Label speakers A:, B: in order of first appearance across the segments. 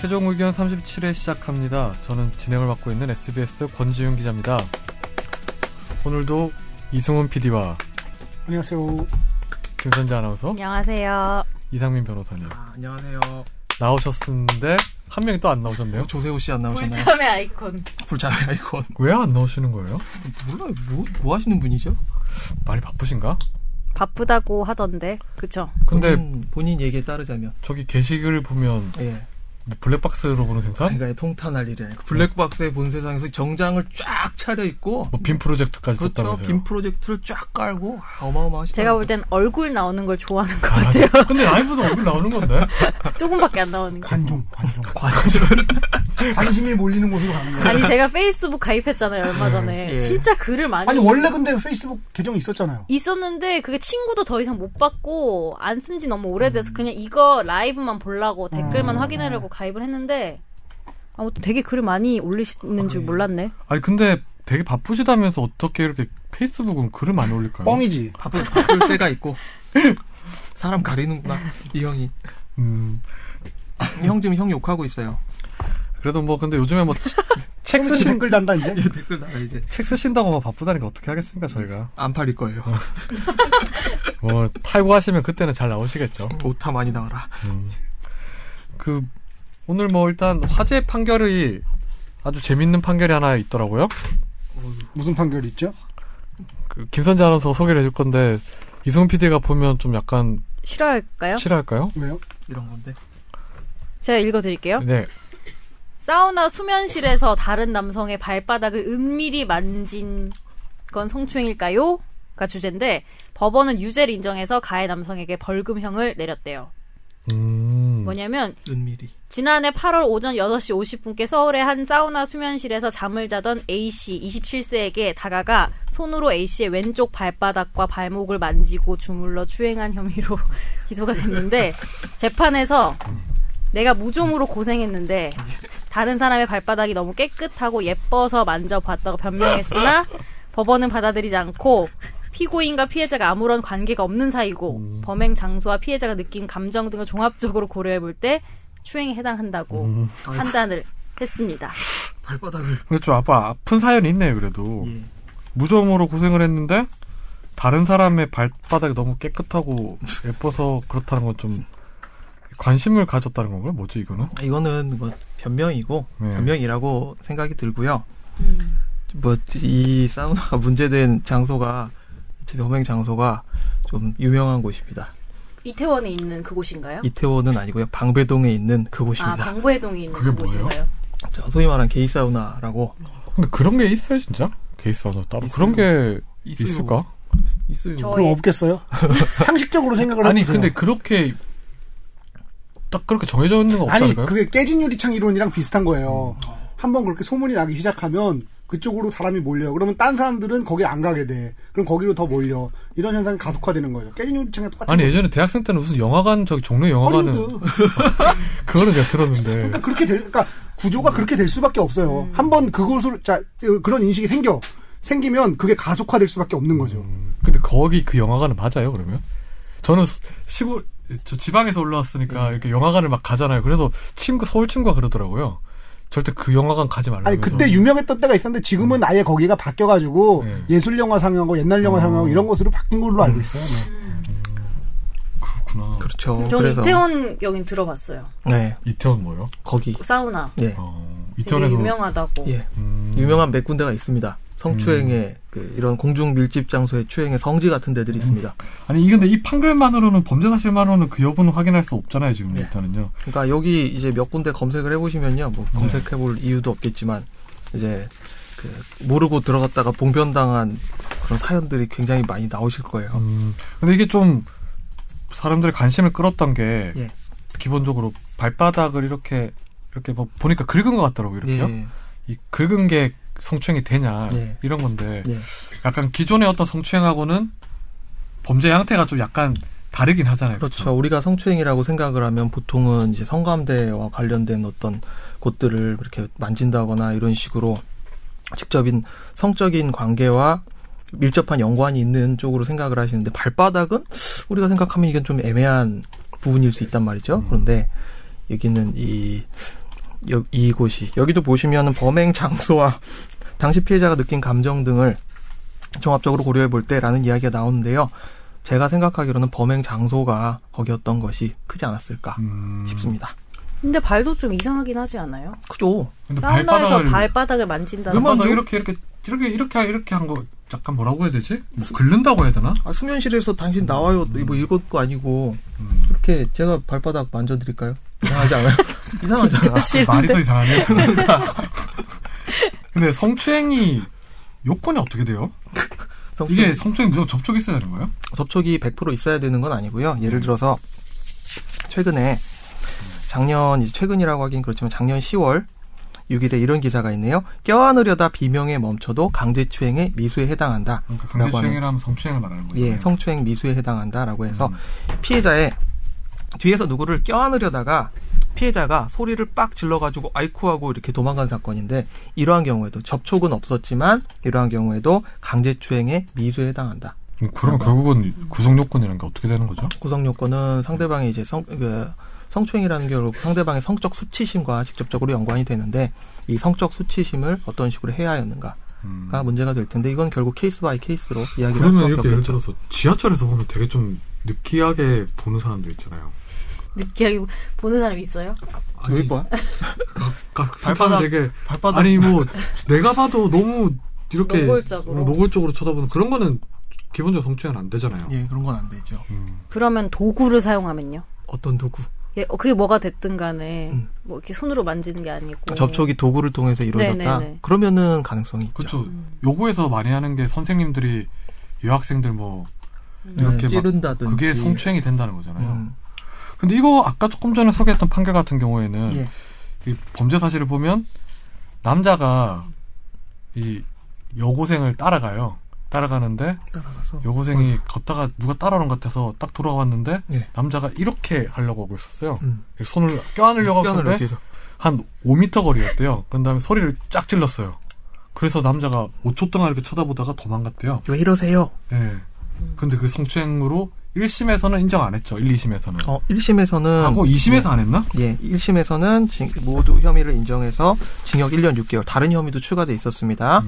A: 최종 의견 37회 시작합니다. 저는 진행을 맡고 있는 SBS 권지윤 기자입니다. 오늘도 이승훈 PD와
B: 안녕하세요.
A: 김선재 아나운서,
C: 안녕하세요.
A: 이상민 변호사님
B: 아, 안녕하세요.
A: 나오셨는데 한 명이 또 안 나오셨네요.
D: 어, 조세호 씨 안 나오셨나요?
C: 불참의 아이콘.
D: 불자의 아이콘.
A: 왜 안 나오시는 거예요?
D: 몰라요. 뭐, 뭐 하시는 분이죠?
A: 많이 바쁘신가?
C: 바쁘다고 하던데, 그쵸?
A: 근데
D: 본인, 본인 얘기에 따르자면.
A: 저기 게시글을 보면
D: 예.
A: 블랙박스로 보는 생산?
D: 그러니까 통탄할 일이 아니고. 블랙박스의 본 세상에서 정장을 쫙 차려입고.
A: 뭐 빔 프로젝트까지
D: 그렇죠.
A: 썼다면서요.
D: 빔 프로젝트를 쫙 깔고. 아, 어마어마하시다.
C: 제가 볼 땐 얼굴 나오는 걸 좋아하는 것
A: 아,
C: 같아요.
A: 근데 라이브도 얼굴 나오는 건데.
C: 조금밖에 안 나오는 거.
B: 관종, 관종.
D: 과정.
B: 관심이 몰리는 곳으로 가는 거예요.
C: 아니, 제가 페이스북 가입했잖아요, 얼마 전에.
D: 예.
C: 진짜 글을 많이.
B: 아니, 원래 근데 페이스북 계정이 있었잖아요.
C: 있었는데, 그게 친구도 더 이상 못 받고, 안 쓴 지 너무 오래돼서 그냥 이거 라이브만 보려고, 댓글만 확인하려고 가입을 했는데, 아무튼 되게 글을 많이 올리시는 줄 몰랐네.
A: 아니 근데 되게 바쁘시다면서 어떻게 이렇게 페이스북은 글을 많이 올릴까요?
B: 뻥이지.
D: 바쁠, 바쁠 때가 있고. 사람 가리는구나. 이 형이.
A: 음,
D: 형 지금 형 욕하고 있어요.
A: 그래도 뭐 근데 요즘에 뭐
B: 책 쓰시는 글 단다,
A: 예.
B: 이제.
D: 댓글 달아 이제.
A: 책 쓰신다고 막 바쁘다니까 어떻게 하겠습니까 저희가
D: 안 팔릴 거예요.
A: 뭐 탈구하시면 그때는 잘 나오시겠죠
D: 오타 많이 나와라.
A: 음. 그 오늘 뭐 일단 화재 판결이 아주 재밌는 판결이 하나 있더라고요
B: 무슨 판결 있죠?
A: 그 김선재 아나운서 소개를 해줄 건데 이승훈 PD가 보면 좀 약간
C: 싫어할까요?
A: 싫어할까요?
B: 왜요?
D: 이런 건데.
C: 제가 읽어드릴게요.
A: 네
C: 사우나 수면실에서 다른 남성의 발바닥을 은밀히 만진 건 성추행일까요? 가 주제인데 법원은 유죄를 인정해서 가해 남성에게 벌금형을 내렸대요.
A: 음,
C: 뭐냐면
D: 은밀히.
C: 지난해 8월 오전 6시 50분께 서울의 한 사우나 수면실에서 잠을 자던 A씨 27세에게 다가가 손으로 A씨의 왼쪽 발바닥과 발목을 만지고 주물러 추행한 혐의로 기소가 됐는데 재판에서 내가 무좀으로 고생했는데 다른 사람의 발바닥이 너무 깨끗하고 예뻐서 만져봤다고 변명했으나 법원은 받아들이지 않고 피고인과 피해자가 아무런 관계가 없는 사이고
A: 음.
C: 범행 장소와 피해자가 느낀 감정 등을 종합적으로 고려해 볼 때 추행에 해당한다고
A: 음.
C: 판단을 했습니다.
D: 발바닥을.
A: 근데 좀 아빠 아픈 사연이 있네요 그래도
D: 예.
A: 무좀으로 고생을 했는데 다른 사람의 발바닥이 너무 깨끗하고 예뻐서 그렇다는 건 좀 관심을 가졌다는 건가요? 뭐지 이거는?
D: 이거는 뭐 변명이고
A: 네.
D: 변명이라고 생각이 들고요.
C: 음.
D: 뭐 이 사우나가 문제된 장소가 제 범행 장소가 좀 유명한 곳입니다.
C: 이태원에 있는 그곳인가요?
D: 이태원은 아니고요. 방배동에 있는
C: 아,
D: 그곳입니다.
C: 방부해동에 있는
A: 그게
C: 그곳인가요?
D: 저 소위 말하는 게이 사우나라고
A: 근데 그런 게 있어요 진짜? 케이스 하나 따로 그런 게 있을까?
D: 있어요.
C: 저-
B: 그럼
C: 예.
B: 없겠어요? 상식적으로 생각을
A: 아니
B: 해보세요.
A: 근데 그렇게 딱 그렇게 정해져 있는 거
B: 아니,
A: 없다니까요? 음.
B: 그게 깨진 유리창 이론이랑 비슷한 거예요. 한번 그렇게 소문이 나기 시작하면 그쪽으로 사람이 몰려요. 그러면 딴 사람들은 거기 안 가게 돼. 그럼 거기로 더 몰려. 이런 현상이 가속화되는 거죠. 깨진 유리창이 똑같은
A: 아니 예전에 대학생 때는 무슨 영화관 저기 종로 영화관은
B: 허리우드.
A: 그거는 제가 들었는데
B: 그러니까 그렇게 될, 그러니까 구조가 그렇게 될 수밖에 없어요. 한번 그곳을 자 그런 인식이 생겨 생기면 그게 가속화될 수밖에 없는 거죠.
A: 근데 거기 그 영화관은 맞아요 그러면? 저는 스- 시골 저 지방에서
B: 음.
A: 올라왔으니까 이렇게 영화관을 막 가잖아요. 그래서 친구 서울 친구가 그러더라고요. 절대 그 영화관 가지 말라고.
B: 아니 음, 그때 유명했던 때가 있었는데 지금은 아예 거기가 바뀌어가지고
A: 네.
B: 예술 영화 상영하고 옛날 영화 상영하고 이런 것으로 바뀐 걸로 알고 있어요. 네.
A: 음. 어, 그렇구나.
D: 그렇죠.
C: 저는
D: 그래서
C: 이태원 여긴 들어봤어요.
D: 네
A: 이태원 뭐요?
D: 거기
C: 사우나
B: 네.
D: 예
A: 어,
C: 되게
A: 이태원에서
C: 유명하다고.
D: 예.
A: 음,
D: 유명한 몇 군데가 있습니다. 성추행의 그 이런 공중 밀집 장소의 추행의 성지 같은 데들이 있습니다.
A: 아니 이 근데 이 판결만으로는 범죄 사실만으로는 그 여부는 확인할 수 없잖아요 지금 일단은요.
D: 그러니까 여기 이제 몇 군데 검색을 해보시면요. 뭐 검색해볼 이유도 없겠지만 이제 그 모르고 들어갔다가 봉변당한 그런 사연들이 굉장히 많이 나오실 거예요.
A: 음, 근데 이게 좀 사람들의 관심을 끌었던 게
D: 예.
A: 기본적으로 발바닥을 이렇게 이렇게 뭐 보니까 긁은 것 같더라고요 이렇게요.
D: 예.
A: 이 긁은 게 성추행이 되냐
D: 예.
A: 이런 건데
D: 예.
A: 약간 기존의 어떤 성추행하고는 범죄 형태가 좀 약간 다르긴 하잖아요.
D: 그렇죠. 우리가 성추행이라고 생각을 하면 보통은 이제 성감대와 관련된 어떤 곳들을 이렇게 만진다거나 이런 식으로 직접인 성적인 관계와 밀접한 연관이 있는 쪽으로 생각을 하시는데 발바닥은 우리가 음. 생각하면 이건 좀 애매한 부분일 수 있단 말이죠. 그런데 여기는 이 여, 이곳이 여기도 보시면은 범행 장소와 당시 피해자가 느낀 감정 등을 종합적으로 고려해 볼 때라는 이야기가 나오는데요. 제가 생각하기로는 범행 장소가 거기였던 것이 크지 않았을까
A: 음.
D: 싶습니다.
C: 근데 발도 좀 이상하긴 하지 않아요?
D: 그죠?
A: 근데
C: 사우나에서
A: 발바닥을
C: 발바닥을 만진다는
A: 음악
D: 좀-
A: 이렇게 이렇게 이렇게 이렇게 이렇게 한 거 약간 뭐라고 해야 되지? 뭐 긁는다고 해야 되나?
D: 아, 수면실에서 당신 나와요. 뭐 이것도 아니고 이렇게 제가 발바닥 만져드릴까요? 이상하지 않아요? 이상하잖아.
A: 말이 더 이상하네. 근데 성추행이 요건이 어떻게 돼요? 이게 성추행 무조건 접촉이 있어야 되는 거예요?
D: 접촉이 100% 있어야 되는 건 아니고요. 예를 들어서 최근에 작년 이제 최근이라고 하긴 그렇지만 작년 10월 6일에 이런 기사가 있네요. 껴안으려다 비명에 멈춰도 강제추행의 미수에 해당한다.
A: 그러니까
D: 라고 하는-
A: 강제추행이라면 성추행을 말하는 거예요. 음.
D: 예, 성추행 미수에 해당한다라고 해서 피해자의 뒤에서 누구를 껴안으려다가 피해자가 소리를 빡 질러가지고 아이쿠하고 이렇게 도망간 사건인데 이러한 경우에도 접촉은 없었지만 이러한 경우에도 강제추행의 미수에 해당한다.
A: 음, 그러면 결국은 구성 요건이라는 게 어떻게 되는 거죠?
D: 구성 요건은 상대방의 이제 성, 그, 성추행이라는 결국 상대방의 성적 수치심과 직접적으로 연관이 되는데 이 성적 수치심을 어떤 식으로 해야 하는가가
A: 음.
D: 문제가 될 텐데 이건 결국 케이스 바이 케이스로 이야기를 할
A: 그러면
D: 수밖에
A: 이렇게 예를
D: 없겠죠.
A: 들어서 지하철에서 보면 되게 좀 느끼하게 보는 사람도 있잖아요.
C: 느끼하게 보는 사람이 있어요?
A: 아니,
D: 뭐야?
A: 그러니까
D: 발바닥-
A: 발바닥 되게
D: 발바닥
A: 아니 뭐 내가 봐도 너무 이렇게
C: 노골적으로.
A: 어, 노골적으로 쳐다보는 그런 거는 기본적으로 성추행은 안 되잖아요.
D: 예 그런 건 안 되죠.
A: 음.
C: 그러면 도구를 사용하면요?
D: 어떤 도구?
C: 예, 어, 그게 뭐가 됐든 간에
D: 음.
C: 뭐 이렇게 손으로 만지는 게 아니고
D: 그 접촉이 도구를 통해서 이루어졌다.
C: 네네네.
D: 그러면은 가능성이 있죠.
A: 그렇죠. 요구에서 많이 하는 게 선생님들이 여학생들 뭐
D: 음.
A: 이렇게 막
D: 찌른다든지
A: 그게 성추행이 된다는 거잖아요.
D: 네, 음.
A: 근데 이거 아까 조금 전에 소개했던 판결 같은 경우에는
D: 예.
A: 이 범죄 사실을 보면 남자가 이 여고생을 따라가요. 따라가는데
D: 따라가서
A: 여고생이 걷다가 누가 따라오는 것 같아서 딱 돌아왔는데
D: 어. 예.
A: 남자가 이렇게 하려고 하고 있었어요.
D: 음.
A: 손을 껴안으려고
D: 뼈를
A: 하는데
D: 뒤에서
A: 한 5미터 거리였대요. 그런 다음에 소리를 쫙 질렀어요. 그래서 남자가 5초 동안 이렇게 쳐다보다가 도망갔대요.
D: 왜 이러세요?
A: 예. 근데 그 성추행으로 1심에서는 인정 안 했죠. 1, 2심에서는.
D: 어 1심에서는
A: 하고 2심에서 안 했나?
D: 예, 1심에서는 모두 혐의를 인정해서 징역 1년 6개월, 다른 혐의도 추가돼 있었습니다.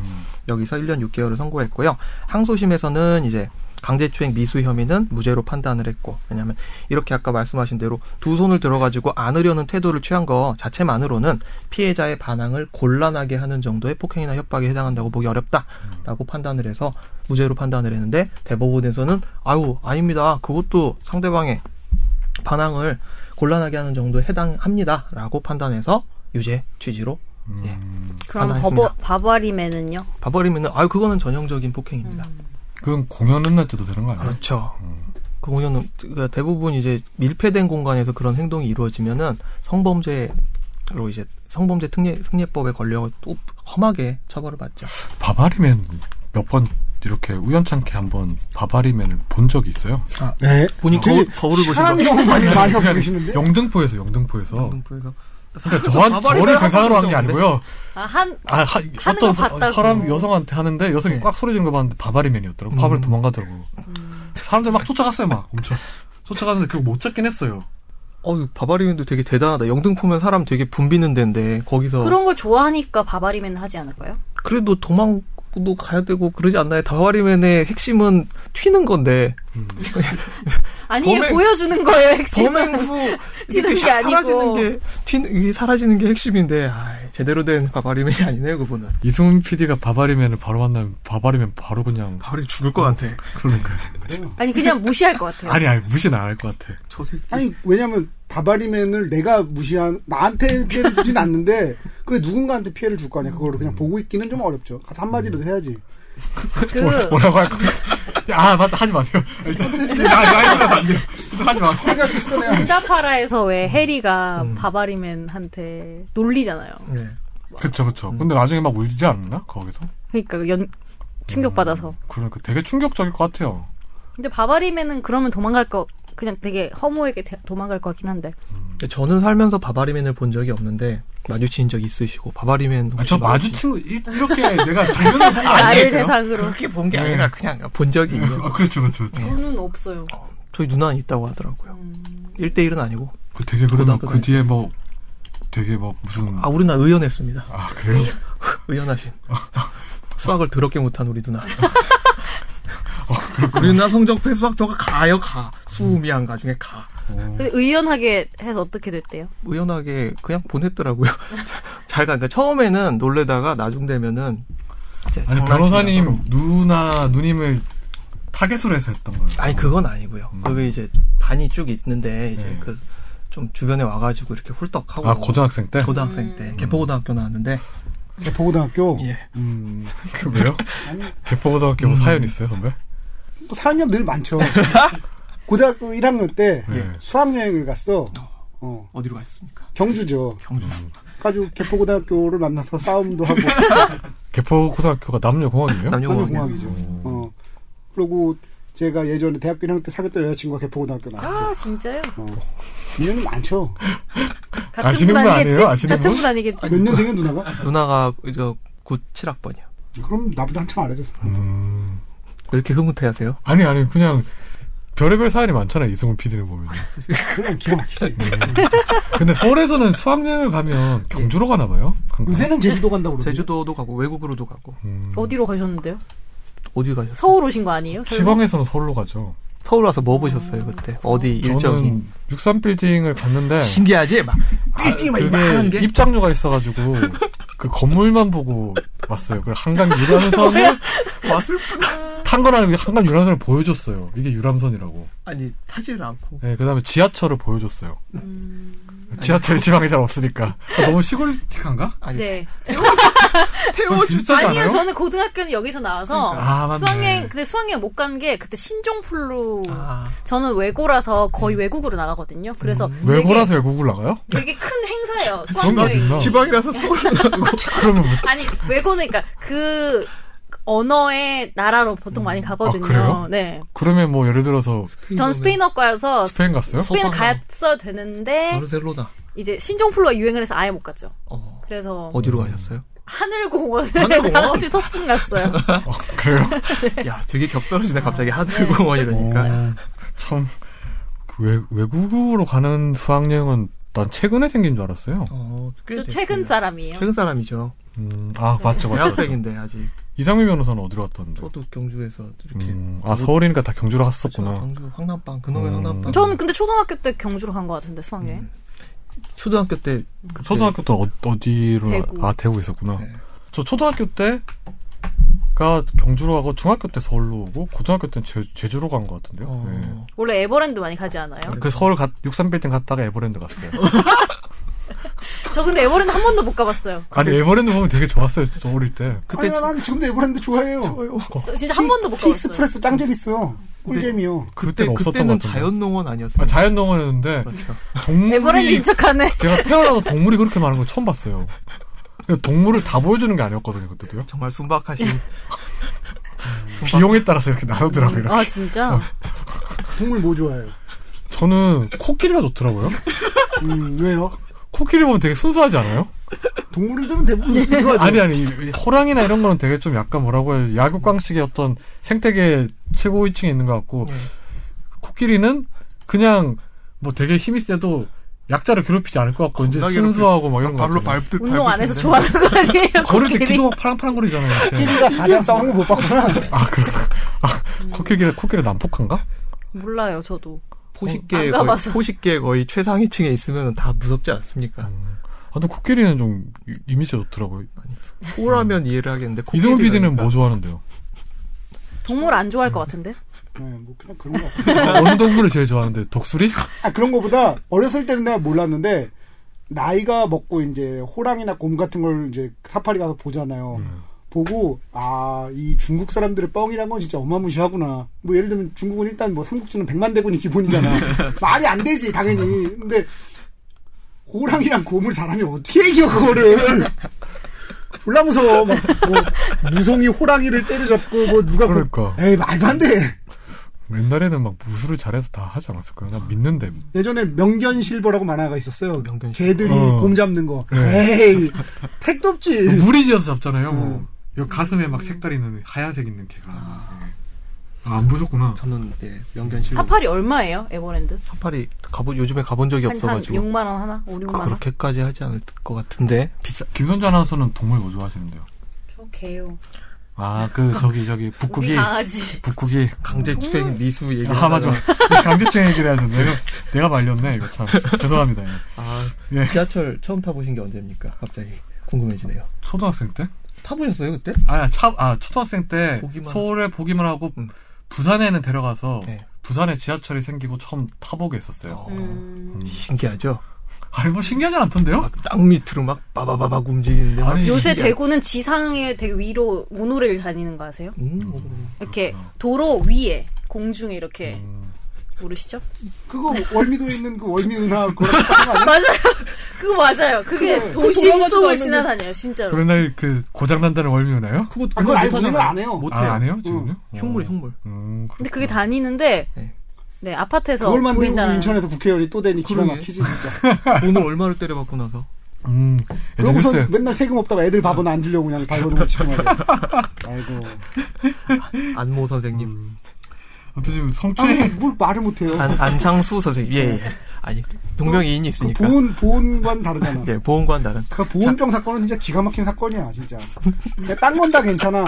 D: 여기서 1년 6개월을 선고했고요. 항소심에서는 이제 강제추행 미수 혐의는 무죄로 판단을 했고, 왜냐하면 이렇게 아까 말씀하신 대로 두 손을 들어가지고 안으려는 태도를 취한 거 자체만으로는 피해자의 반항을 곤란하게 하는 정도의 폭행이나 협박에 해당한다고 보기 어렵다라고 판단을 해서 무죄로 판단을 했는데 대법원에서는 아유 아닙니다. 그것도 상대방의 반항을 곤란하게 하는 정도에 해당합니다라고 판단해서 유죄 취지로 예.
C: 그럼
D: 가능하십니다.
C: 버버, 바바리맨은요?
D: 봐버리면은 아유 그거는 전형적인 폭행입니다.
A: 그건 공연은 날 때도 되는 거 아니에요?
D: 그렇죠. 그 공연은 그러니까 대부분 이제 밀폐된 공간에서 그런 행동이 이루어지면은 성범죄로 이제 성범죄 특례 승례법에 걸려 또 험하게 처벌을 받죠.
A: 바바리맨 몇 번 이렇게 우연찮게 한번 바바리맨을 본 적이 있어요.
B: 네.
D: 본인
B: 되게
D: 거울, 을 보신
B: 사람
D: 거.
B: 경우 많이 많이 하고
A: 그냥
B: 계시는데.
A: 영등포에서 영등포에서
D: 그래서
A: 그러니까 저한 저를 대상으로 한 게 아니고요.
C: 아, 한
A: 아, 하,
C: 거
A: 어떤 사-
C: 봤다고.
A: 사람 여성한테 하는데 여성이
D: 네.
A: 꽉 소리 지는 거 봤는데 바바리맨이었더라고. 밥을 도망가더라고.
C: 음.
A: 사람들 막 쫓아갔어요, 막 엄청. 쫓아갔는데 그걸 못 잡긴 했어요.
D: 어 바바리맨도 되게 대단하다. 영등포면 사람 되게 붐비는 데인데 거기서
C: 그런 걸 좋아하니까 바바리맨은 하지 않을까요?
D: 그래도 도망도 가야 되고 그러지 않나요? 바바리맨의 핵심은 튀는 건데
C: 아니
D: 범행-
C: 보여주는 거예요
D: 범행
C: 핵심은
D: 후
C: 튀는
D: 이렇게
C: 게
D: 샥
C: 아니고.
D: 사라지는 게 튀는 이게 사라지는 게 핵심인데 아이, 제대로 된 바바리맨이 아니네요 그분은.
A: 이승훈 PD가 바바리맨을 바로 만나면 바바리맨 바로 그냥
D: 바바리 죽을 것 같아.
A: 그러니까
C: 아니 그냥 무시할 것 같아요.
A: 아니 아니 무시는 안 할 것 같아.
D: 저 새끼.
B: 아니 왜냐면 바바리맨을 내가 무시한 나한테 피해를 주진 않는데 그게 누군가한테 피해를 줄 거 아니야. 그거를 그냥 보고 있기는 좀 어렵죠. 가서 한마디라도 해야지.
C: 그
A: 뭐라고 할 거야? 아 맞다 하지 마세요. 일단 나안 돼요. 일단 하지 마세요.
B: 생각할 수 있어 내가.
C: 스타파라에서 왜
D: 음.
C: 해리가 바바리맨한테 놀리잖아요.
D: 네.
A: 그쵸 그쵸. 근데 나중에 막 울지 않나 거기서?
C: 그러니까 연 충격
D: 음.
C: 받아서.
A: 그러니까 되게 충격적일 것 같아요.
C: 근데 바바리맨은 그러면 도망갈 거 그냥 되게 허무하게 대- 도망갈 것 같긴 한데.
D: 근데 저는 살면서 바바리맨을 본 적이 없는데 마주친 적 있으시고 바바리맨
A: 아, 저 마주친 거 이- 이렇게 내가 장면을 보면 안
C: 나를
A: 될까요?
C: 대상으로.
D: 아, 그렇게 본 게
A: 네.
D: 아니라 그냥 음. 본 적이 있어요.
A: 아, 그렇죠 그렇죠. 그렇죠.
C: 저는 없어요.
D: 저희 누나는 있다고 하더라고요. 1대1은 아니고
A: 그 되게 그러면
D: 고등학교
A: 그 뒤에 뭐 되게 막 무슨
D: 아, 우리 누나 의연했습니다.
A: 아 그래요?
D: 의연하신. 수학을 더럽게 못한 우리 누나.
A: 어,
D: 우리 누나 성적표 수학표가 가요, 가. 수음이 안 가 중에 가.
C: 근데 의연하게 해서 어떻게 됐대요?
D: 의연하게 그냥 보냈더라고요. 잘 가. 그러니까 처음에는 놀래다가 나중 되면은 이제
A: 아니
D: 장난치나 서로.
A: 변호사님 누나 누님을 타겟으로 해서 했던 거예요.
D: 아니 그건 아니고요.
A: 음.
D: 그게 이제 반이 쭉 있는데 이제
A: 네.
D: 그 좀 주변에 와가지고 이렇게 훌떡하고
A: 아 고등학생 때? 음. 어.
D: 고등학생 때 개포고등학교 나왔는데
B: 네, 개포고등학교.
D: 예.
B: 음.
A: 그 왜요?
B: 아니,
A: 개포고등학교
D: 음.
A: 뭐 사연 있어요 선배?
B: 뭐 사연이 늘 많죠. 고등학교 1학년 때
A: 네.
B: 수학여행을 갔어. 어,
D: 어디로 갔습니까?
B: 경주죠.
D: 경주.
B: 가지고 개포고등학교를 만나서 싸움도 하고
A: 개포고등학교가 남녀공학이에요?
D: 남녀공학
B: 공학이죠. 어. 그리고 제가 예전에 대학교 1학년 때 사귀었던 여자친구가 개포고등학교 나왔고
C: 아 진짜요?
B: 어. 인연이 많죠.
C: 같은
A: 아시는
C: 분
A: 분 아니에요?
C: 아니겠지?
A: 아시는
C: 같은
A: 분?
C: 분 아니겠지?
B: 몇 년생이야 누나가?
D: 누나가 이제 97학번이요.
B: 그럼 나보다 한참 아래졌어.
A: 음.
D: 왜 이렇게 흐뭇해하세요?
A: 아니 아니 그냥 별의별 사연이 많잖아요 이승훈 PD를 보면.
B: 그럼 기가
A: 네,
B: 막히지.
A: 근데 서울에서는 수학여행을
D: 네.
A: 가면 경주로 가나 봐요. 항상.
B: 요새는 제주도 간다고 그러지.
D: 제주도도 가고 외국으로도 가고
A: 음.
C: 어디로 가셨는데요?
D: 어디 가셨어요?
C: 서울 오신 거 아니에요? 설마?
A: 지방에서는 서울로 가죠.
D: 서울 와서 뭐 보셨어요 그때? 어디 일정이?
A: 저는 네. 63빌딩을 갔는데
D: 신기하지? 막 빌딩 막 이만한
A: 아,
D: 게.
A: 그게 입장료가 있어가지고 그 건물만 보고 왔어요. 그 한강 유람선을
D: 와 슬프다.
A: 탄 건 아니고 한강 유람선을 보여줬어요. 이게 유람선이라고.
D: 아니 타지를 않고.
A: 네, 그다음에 지하철을 보여줬어요.
C: 음,
A: 지하철 지방에 잘 없으니까 아, 너무 시골틱한가?
D: 아니
C: 네.
A: 태워 비슷하지
C: 아니요,
A: 않아요?
C: 저는 고등학교는 여기서 나와서
A: 아 맞네.
C: 수학여행 근데 수학여행 못 간 게 그때 신종플루
D: 아,
C: 저는 외고라서 거의 외국으로 나가거든요. 그래서 되게-
A: 음. 외고라서 외국을 나가요?
C: 되게 큰 행사예요.
A: 그런 거
C: 수학여행.
A: 어딨나?
D: 지방이라서 서울로
A: 그러면 뭐,
C: 아니 외고는 그러니까 그 언어의 나라로 보통 많이 가거든요.
A: 아, 그래요?
C: 네.
A: 그러면 뭐 예를 들어서
D: 음, 네.
C: 전 스페인어과여서
A: 스페인 갔어요?
C: 스페인
D: 서방어.
C: 갔어야 되는데
D: 바르셀로나.
C: 이제 신종플루가 유행을 해서 아예 못 갔죠.
D: 어.
C: 그래서
D: 어디로 가셨어요?
C: 하늘공원에
D: 하늘공원?
C: 다 같이 서풍 갔어요.
A: 어, 그래요?
D: 야, 되게 격떨어지네 갑자기 하늘공원 이러니까.
A: 어, 참, 그 외, 외국으로 가는 수학여행은 난 최근에 생긴 줄 알았어요.
D: 어, 꽤
C: 저
D: 됐어요.
C: 최근 사람이에요.
D: 최근 사람이죠.
A: 음, 아, 맞죠, 맞죠.
D: 대학생인데 아직
A: 이상민 변호사는 어디로 갔던데?
D: 저도 경주에서 이렇게 어,
A: 음, 아, 서울이니까 다 경주로 갔었구나.
D: 경주 황남빵 그놈의
A: 음.
D: 황남빵.
C: 저는 근데 초등학교 때 경주로 간 것 같은데 수학여행.
D: 음. 초등학교 때 그때
A: 초등학교 때 어, 디로
C: 대구.
A: 아, 대구 있었구나.
D: 네.
A: 저 초등학교 때가 경주로 가고 중학교 때 서울로 오고 고등학교 때는 제, 주로 간 것 같은데요.
D: 어,
A: 예.
C: 원래 에버랜드 많이 가지 않아요?
A: 그 서울 갔, 63빌딩 갔다가 에버랜드 갔어요.
C: 저 근데 에버랜드 한 번도 못 가봐봤어요.
A: 아니, 에버랜드 보면 되게 좋았어요, 저 어릴 때.
D: 그때
B: 아니, 난 지금도 에버랜드 좋아해요.
C: 저 진짜 한 번도 못 가봤어요.
B: 티익스프레스 짱 재밌어. 꿀잼이요.
D: 그때
A: 그때는 없었던
D: 그때는
A: 것 같은데.
D: 자연농원
A: 아,
D: 아니었어요?
A: 자연농원이었는데,
D: 그렇죠.
A: 동물이
C: 에버랜드인 척하네.
A: 제가 태어나서 동물이 그렇게 많은 걸 처음 봤어요. 그러니까 동물을 다 보여주는 게 아니었거든요, 그때도요.
D: 정말 순박하신
A: 네. 비용에 따라서 이렇게 나누더라고요. 이렇게.
C: 아
D: 어,
C: 진짜?
B: 동물 뭐 좋아해요?
A: 저는 코끼리가 좋더라고요.
B: 음, 왜요?
A: 코끼리 보면 되게 순수하지 않아요?
B: 동물들은 대부분 좋아하죠.
A: 아니, 아니, 이- 이 호랑이나 이런 거는 되게 좀 약간 뭐라고 해야, 야구광식의 어떤 생태계 최고위층에 있는 것 같고,
D: 네.
A: 코끼리는 그냥 뭐 되게 힘이 세도 약자를 괴롭히지 않을 것 같고, 이제
D: 겁나 괴롭히지.
A: 순수하고 막 이런 거.
D: 발로
A: 같잖아요.
D: 발들
C: 운동 안 해서 좋아하는
D: 발들
C: 거 아니에요?
A: 걸을 때
C: 코끼리?
A: 귀도 막 파랑파랑거리잖아요. 이렇게.
B: 코끼리가 가장 싸우는 거 못 봤구나.
A: 아, 그래. 아, 코끼리가, 코끼리 난폭한가?
C: 몰라요 저도.
D: 포식계
C: 안
D: 거의,
C: 가봐서.
D: 포식계 거의 최상위층에 있으면 다 무섭지 않습니까?
A: 아, 근데 코끼리는 좀 이- 이미지가 좋더라고요.
D: 소라면 이해를 하겠는데
A: 이승훈
D: 코끼리가
A: PD는
D: 그러니까.
A: 뭐 좋아하는데요?
C: 동물 안 좋아할 것 같은데?
D: 음.
B: 네, 뭐 그냥 그런 거. 같아요.
A: 어느 동물을 제일 좋아하는데? 독수리?
B: 아, 그런 거보다 어렸을 때는 내가 몰랐는데 나이가 먹고 이제 호랑이나 곰 같은 걸 이제 사파리 가서 보잖아요.
A: 네.
B: 보고 아 이 중국 사람들의 뻥이란 건 진짜 어마무시하구나. 뭐 예를 들면 중국은 일단 뭐 삼국지는 백만 대군이 기본이잖아. 말이 안 되지 당연히. 근데 호랑이랑 곰을 사람이 어떻게 이겨 그거를? 졸라 무서워. 막, 뭐 무송이 호랑이를 때려잡고 뭐 누가 그-
A: 그러니까.
B: 에이 말도 안 돼.
A: 옛날에는 막 무술을 잘해서 다 하지 않았을까요? 난 믿는데.
B: 예전에 명견 실버라고 만화가 있었어요.
D: 명견
B: 개들이
A: 실버. 어.
B: 곰 잡는 거. 에이, 택도 없지.
A: 무리 지어서 그 잡잖아요.
B: 음.
A: 뭐. 여기 가슴에 막 색깔 있는, 하얀색 있는 개가. 예. 아, 안 보셨구나.
D: 저는 예, 명견실
C: 사파리 얼마예요? 에버랜드?
D: 사파리 가본 요즘에 가본 적이
C: 한, 한
D: 없어가지고
C: 6만 원 하나? 5, 6만 원?
D: 그렇게까지 하지 않을 것 같은데 비싸
A: 김선재 아나운서는 동물 뭐 좋아하시는데요?
C: 저 개요.
A: 아, 그, 저기, 저기,
C: 우리
A: 북극이,
C: 강아지.
A: 북극이.
D: 강제
C: 음.
D: 추행 미수 얘기
A: 아, 맞아. 강제추행 얘기를 해서 내가, 내가 말렸네, 이거 참. 죄송합니다. 예.
D: 아,
A: 예.
D: 지하철 처음 타보신 게 언제입니까? 갑자기 궁금해지네요.
A: 초등학생 때?
D: 타보셨어요 그때?
A: 아, 차, 아, 초등학생 때
D: 보기만
A: 서울에 보기만 하고
D: 음.
A: 부산에는 데려가서
D: 네.
A: 부산에 지하철이 생기고 처음 타보게 했었어요.
D: 어.
C: 음.
D: 신기하죠.
A: 아니, 뭐 신기하진 않던데요?
D: 막 땅 밑으로 막 빠바바박 움직이는데 막
A: 아니,
C: 요새
A: 신기해.
C: 대구는 지상에 되게 위로 모노레일 다니는 거 아세요?
D: 음,
C: 이렇게 도로 위에 공중에 이렇게
A: 음.
C: 모르시죠?
B: 그거 월미도 있는 그 월미 은하 그런 거 아니야?
C: 맞아요. 그거 맞아요. 그게
B: 그거
C: 도심
D: 돌아가지도
C: 속을
D: 않는데.
C: 지나다녀요, 진짜로.
A: 그런 날 그 고장난다는 월미우나요?
D: 그거
B: 아, 그거 아예 운행을 안 해요. 어.
D: 못해요. 어.
A: 아, 안 해요? 지금요?
D: 흉물 흉물.
A: 음, 그렇구나.
C: 근데 그게 다니는데
D: 네.
C: 네 아파트에서
B: 그걸 만들고
C: 보인다는
B: 인천에서 국회의원이 또 되니 기가
D: 그러게.
B: 막히지 진짜.
D: 오늘 얼마를 때려받고 나서
A: 음, 예전
B: 그러고서
A: 뉴스
B: 맨날 세금 없다가 애들 밥은 안 주려고 그냥 발버둥 치고 말이야. 아이고.
D: 안모 선생님,
A: 아무튼 지금
B: 아니, 네.
A: 성추행
B: 뭘 말을 못해요.
D: 안, 안상수 선생님. 예. 예. 아니 동명이인이
B: 그
D: 있으니까.
B: 보온 보온과는 다르잖아.
D: 예, 보험과는 다른.
B: 그 보온병 사건은 진짜 기가 막힌 사건이야, 진짜. 딴 건 다 괜찮아.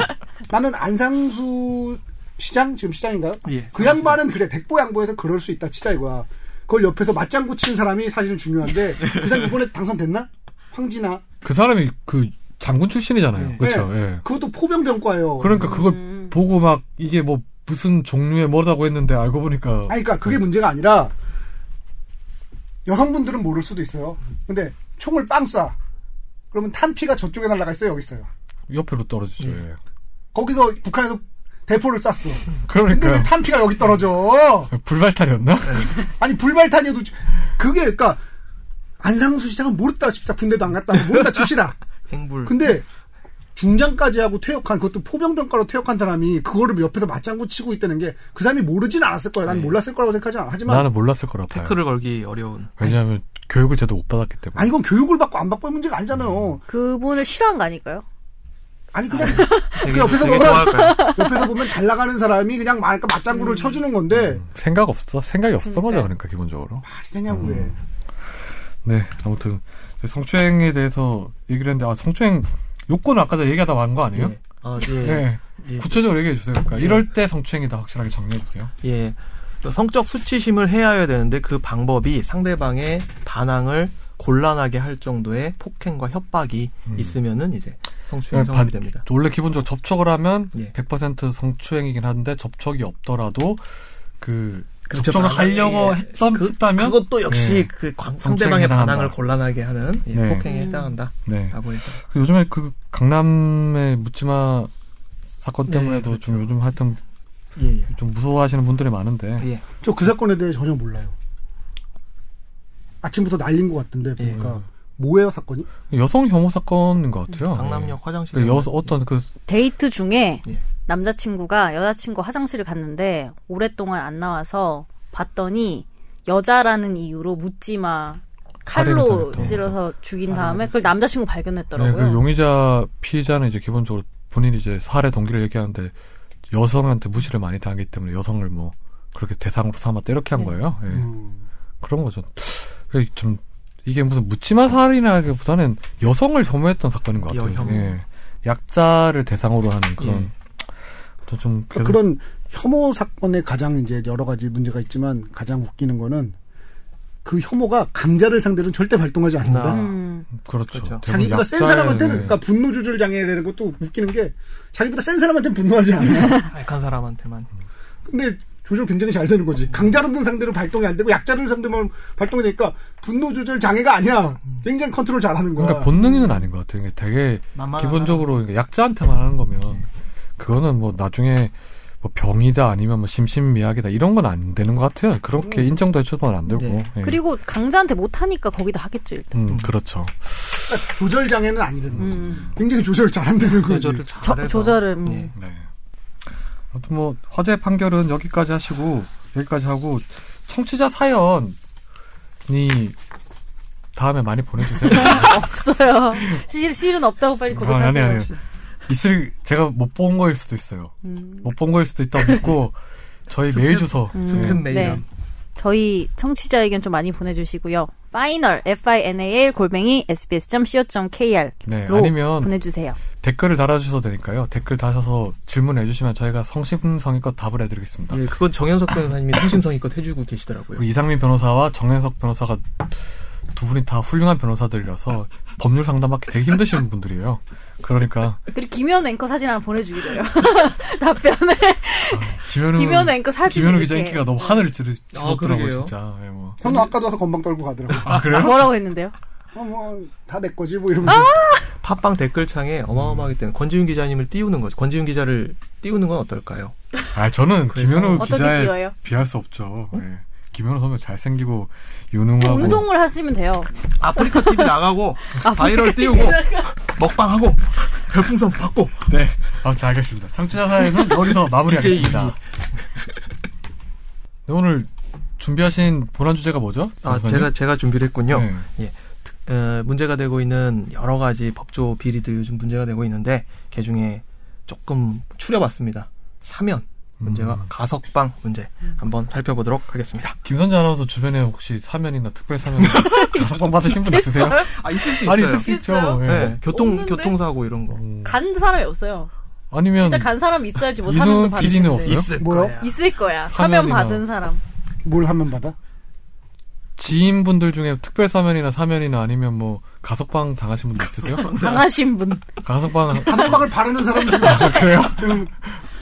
B: 나는 안상수 시장? 지금 시장인가요?
D: 예.
B: 그 양반은 그래, 백보 양보해서 그럴 수 있다 치자 이거야. 그걸 옆에서 맞장구 치는 사람이 사실은 중요한데, 그 사람 이번에 당선됐나? 황진아.
A: 그 사람이 그 장군 출신이잖아요.
D: 네.
A: 그렇죠.
B: 네.
A: 예.
B: 그것도 포병병과예요.
A: 그러니까 그걸
C: 음.
A: 보고 막 이게 뭐 무슨 종류의 뭐라고 했는데 알고 보니까
B: 아니, 그러니까 그게 문제가 아니라, 여성분들은 모를 수도 있어요. 근데 총을 빵 쏴. 그러면 탄피가 저쪽에 날아가 있어요, 여기 있어요.
A: 옆으로 떨어지죠.
B: 네.
A: 예.
B: 거기서 북한에서 대포를 쐈어. 근데 네.
A: 그러니까
B: 왜 탄피가 여기 떨어져?
A: 불발탈이었나?
B: 아니 불발탄이어도 그게 그러니까 안상수 시장은 모르다 칩시다 군대도 안 갔다 모르다 칩시다
D: 행불.
B: 근데 중장까지 하고 퇴역한 그것도 포병병가로 퇴역한 사람이 그거를 옆에서 맞장구 치고 있다는 게 그 사람이 모르진 않았을 거야 난
D: 네.
B: 몰랐을 거라고 생각하지 않아 하지만
A: 나는 몰랐을 거라 봐요.
D: 태클을 걸기 어려운.
A: 왜냐하면 교육을 제대로 못 받았기 때문에.
B: 아니 이건 교육을 받고 안 받고의 문제가 아니잖아요
C: 그분을 싫어한 거 아닐까요?
B: 아니 그냥
D: 되게,
B: 그 옆에서
D: 되게 음.
B: 보면-
D: 좋아할까요?
B: 옆에서 보면 잘 나가는 사람이 그냥 막 맞장구를 쳐주는 건데
A: 생각 없어 생각이 없었던
C: 그러니까요.
A: 거죠 그러니까 기본적으로
B: 말이 되냐고 왜
D: 음.
A: 네 아무튼 성추행에 대해서 얘기를 했는데 아 성추행 요건 아까 저 얘기하다 말한 거
B: 네.
A: 아니에요?
D: 예. 아,
A: 예.
D: 예. 예.
A: 구체적으로 얘기해 주세요. 그러니까
D: 예.
A: 이럴 때 성추행이다 확실하게 정리해 주세요.
D: 예. 또 성적 수치심을 해야 되는데 그 방법이 상대방의 반항을 곤란하게 할 정도의 폭행과 협박이
A: 음. 네,
D: 있으면은 이제 성추행
A: 그러니까 반-
D: 성립이 됩니다.
A: 원래 기본적으로 접촉을 하면
D: 예.
A: 100% 성추행이긴 한데 접촉이 없더라도 그
D: 그렇죠.
A: 접촉을
D: 반항-
A: 하려고
D: 예.
A: 했던
D: 그-
A: 했다면
D: 그것도 역시
A: 예.
D: 그 광-
A: 성추행에
D: 상대방의
A: 해당한다.
D: 반항을 곤란하게 하는 예,
A: 네.
D: 폭행에 해당한다라고
A: 네.
D: 해서
A: 그 요즘에 그 강남의 묻지마 사건
D: 네,
A: 때문에도 좀 요즘 하여튼
D: 예, 예.
A: 좀 무서워하시는 분들이 많은데
D: 예.
B: 저 그 사건에 대해 전혀 몰라요 아침부터 날린 것 같은데
D: 예.
B: 보니까 뭐예요 사건이?
A: 여성 혐오 사건인 것 같아요.
D: 강남역
A: 예.
D: 화장실
A: 그 여성 어떤 그
C: 데이트 중에
D: 예.
C: 남자친구가 여자친구 화장실을 갔는데 오랫동안 안 나와서 봤더니 여자라는 이유로 묻지마
A: 살인을
C: 칼로
A: 당했다. 예.
C: 찔러서 죽인
D: 아,
C: 다음에 그걸 남자친구 가
A: 네, 그
C: 발견했더라고요.
A: 용의자 피의자는 이제 기본적으로 본인이 이제 살해 동기를 얘기하는데 여성한테 무시를 많이 당하기 때문에 여성을 뭐 그렇게 대상으로 삼았다 이렇게 한 거예요. 예.
B: 음.
A: 그런 거죠. 그게 좀 이게 무슨 묻지마 살인이라기보다는 여성을 혐오했던 사건인 것 같아요.
D: 여혐.
A: 예. 약자를 대상으로 하는
D: 예.
A: 그런 좀- 좀
B: 그러니까 그런 혐오 사건의 가장 이제 여러 가지 문제가 있지만 가장 웃기는 거는 그 혐오가 강자를 상대로는 절대 발동하지 않는다.
D: 나-
C: 음,
A: 그렇죠.
D: 그렇죠.
A: 대부분
B: 자기보다 센
A: 아, 약자의-
B: 사람한테는
A: 예.
B: 그러니까 분노 조절 장애가 되는 것도 웃기는 게 자기보다 센 사람한테는 분노하지 않아.
A: 네.
D: 약한 사람한테만
B: 근데 조절 굉장히 잘 되는 거지. 강자를 상대로 발동이 안 되고 약자를 상대만 발동이 되니까 분노 조절 장애가 아니야. 굉장히 컨트롤 잘하는 거야.
A: 그러니까 본능은 아닌 것 같아요. 이게 되게
D: 만만한
A: 기본적으로 그러니까 약자한테만 하는 거면 그거는 뭐 나중에 뭐 병이다 아니면 뭐 심신미약이다 이런 건 안 되는 것 같아요. 그렇게 인정도 해줘서는 안 되고.
D: 네.
A: 예.
C: 그리고 강자한테 못하니까 거기다 하겠죠. 일단.
A: 음, 그렇죠.
B: 그러니까 조절 장애는 아니거든.
C: 음,
B: 굉장히 조절 잘한다는 거지.
D: 조절을
C: 저-
D: 그 잘해서
C: 조절을 음.
D: 예.
A: 네. 아무튼 뭐 화재 판결은 여기까지 하시고 여기까지 하고 청취자 사연이 다음에 많이 보내주세요.
C: 없어요. 실, 실은 없다고 빨리
A: 아, 아니
C: 고백하세요.
A: 아니. 있을 제가 못 본 거일 수도 있어요.
C: 음.
A: 못 본 거일 수도 있다고 믿고 저희 메일 주소
C: 스팸
A: 네.
D: 큰 메일함.
C: 네. 저희 청취자 의견 좀 많이 보내주시고요. final final 골뱅이 sbs.co.kr
A: 네,
C: 로
A: 아니면
C: 보내주세요.
A: 댓글을 달아주셔도 되니까요. 댓글 다셔서 질문해 주시면 저희가 성심성의껏 답을
C: 네.
A: 해드리겠습니다.
D: 예, 그건 정현석 변호사님이 성심성의껏 해주고 계시더라고요.
A: 우리 이상민 변호사와 정현석 변호사가 두 분이 다 훌륭한 변호사들이라서 법률 상담받기 되게 힘드시는 분들이에요. 그러니까
C: 그리고 김현 앵커 사진 하나 보내주기로요. 답변을
A: 김현우
C: 김현우 앵커 사진
A: 김현우
C: 이렇게.
A: 기자 인기가 너무 하늘을 찌르-
D: 아,
A: 찌르더라고요
D: 그러게요.
A: 진짜. 예, 뭐.
B: 저는 아까도 와서 건방 떨고 가더라고.
A: 아 그래요?
C: 뭐라고 했는데요?
B: 어, 뭐, 다 내 거지, 뭐 이러면서.
D: 팟빵 댓글창에 어마어마하기 때문에 권지윤 기자님을 띄우는 거죠. 권지윤 기자를 띄우는 건 어떨까요?
A: 아 저는
D: 그래서-
A: 김현우
C: 어떻게
A: 기자에
C: 띄워요?
A: 비할 수 없죠. 예. 김현우 선배 잘생기고 유능하고
C: 운동을 하시면 돼요. 아, 뭐,
D: 아프리카 TV 나가고 바이럴 띄우고 먹방하고 별풍선 받고
A: 네. 아, 잘 알겠습니다. 청취자 사연은 여기서 마무리하겠습니다.
D: DJ.
A: 네, 오늘 준비하신 본안 주제가 뭐죠?
D: 아
A: 변호사님?
D: 제가 제가 준비를 했군요.
A: 네.
D: 어, 문제가 되고 있는 여러 가지 법조 비리들 요즘 문제가 되고 있는데 그 중에 조금 추려봤습니다. 사면 문제와
A: 음.
D: 가석방 문제 한번 살펴보도록 하겠습니다.
A: 김선재 아나운서 주변에 혹시 사면이나 특별 사면 가석방 받으신 분 있으세요?
D: 아 있을 수
A: 아니 있을 수 있죠.
C: 있어요?
A: 예.
D: 네, 교통
C: 없는데?
D: 교통사고 이런 거
A: 음.
C: 간 사람이 없어요.
A: 아니면
C: 일단 간 사람이 있어야지 뭐 사면도
A: 이승훈
C: 받을
A: PD는
C: 텐데.
A: 없어요?
B: 뭐요?
C: 있을 거야. 사면
A: 사면이나. 뭐.
C: 받은 사람.
B: 뭘 하면 받아?
A: 지인분들 중에 특별 사면이나 사면이나 아니면 뭐 가석방 당하신 분 있으세요?
C: 당하신 분.
A: 가석방
B: 가석방을 바르는 사람은
A: 아, 그래요?
B: 지금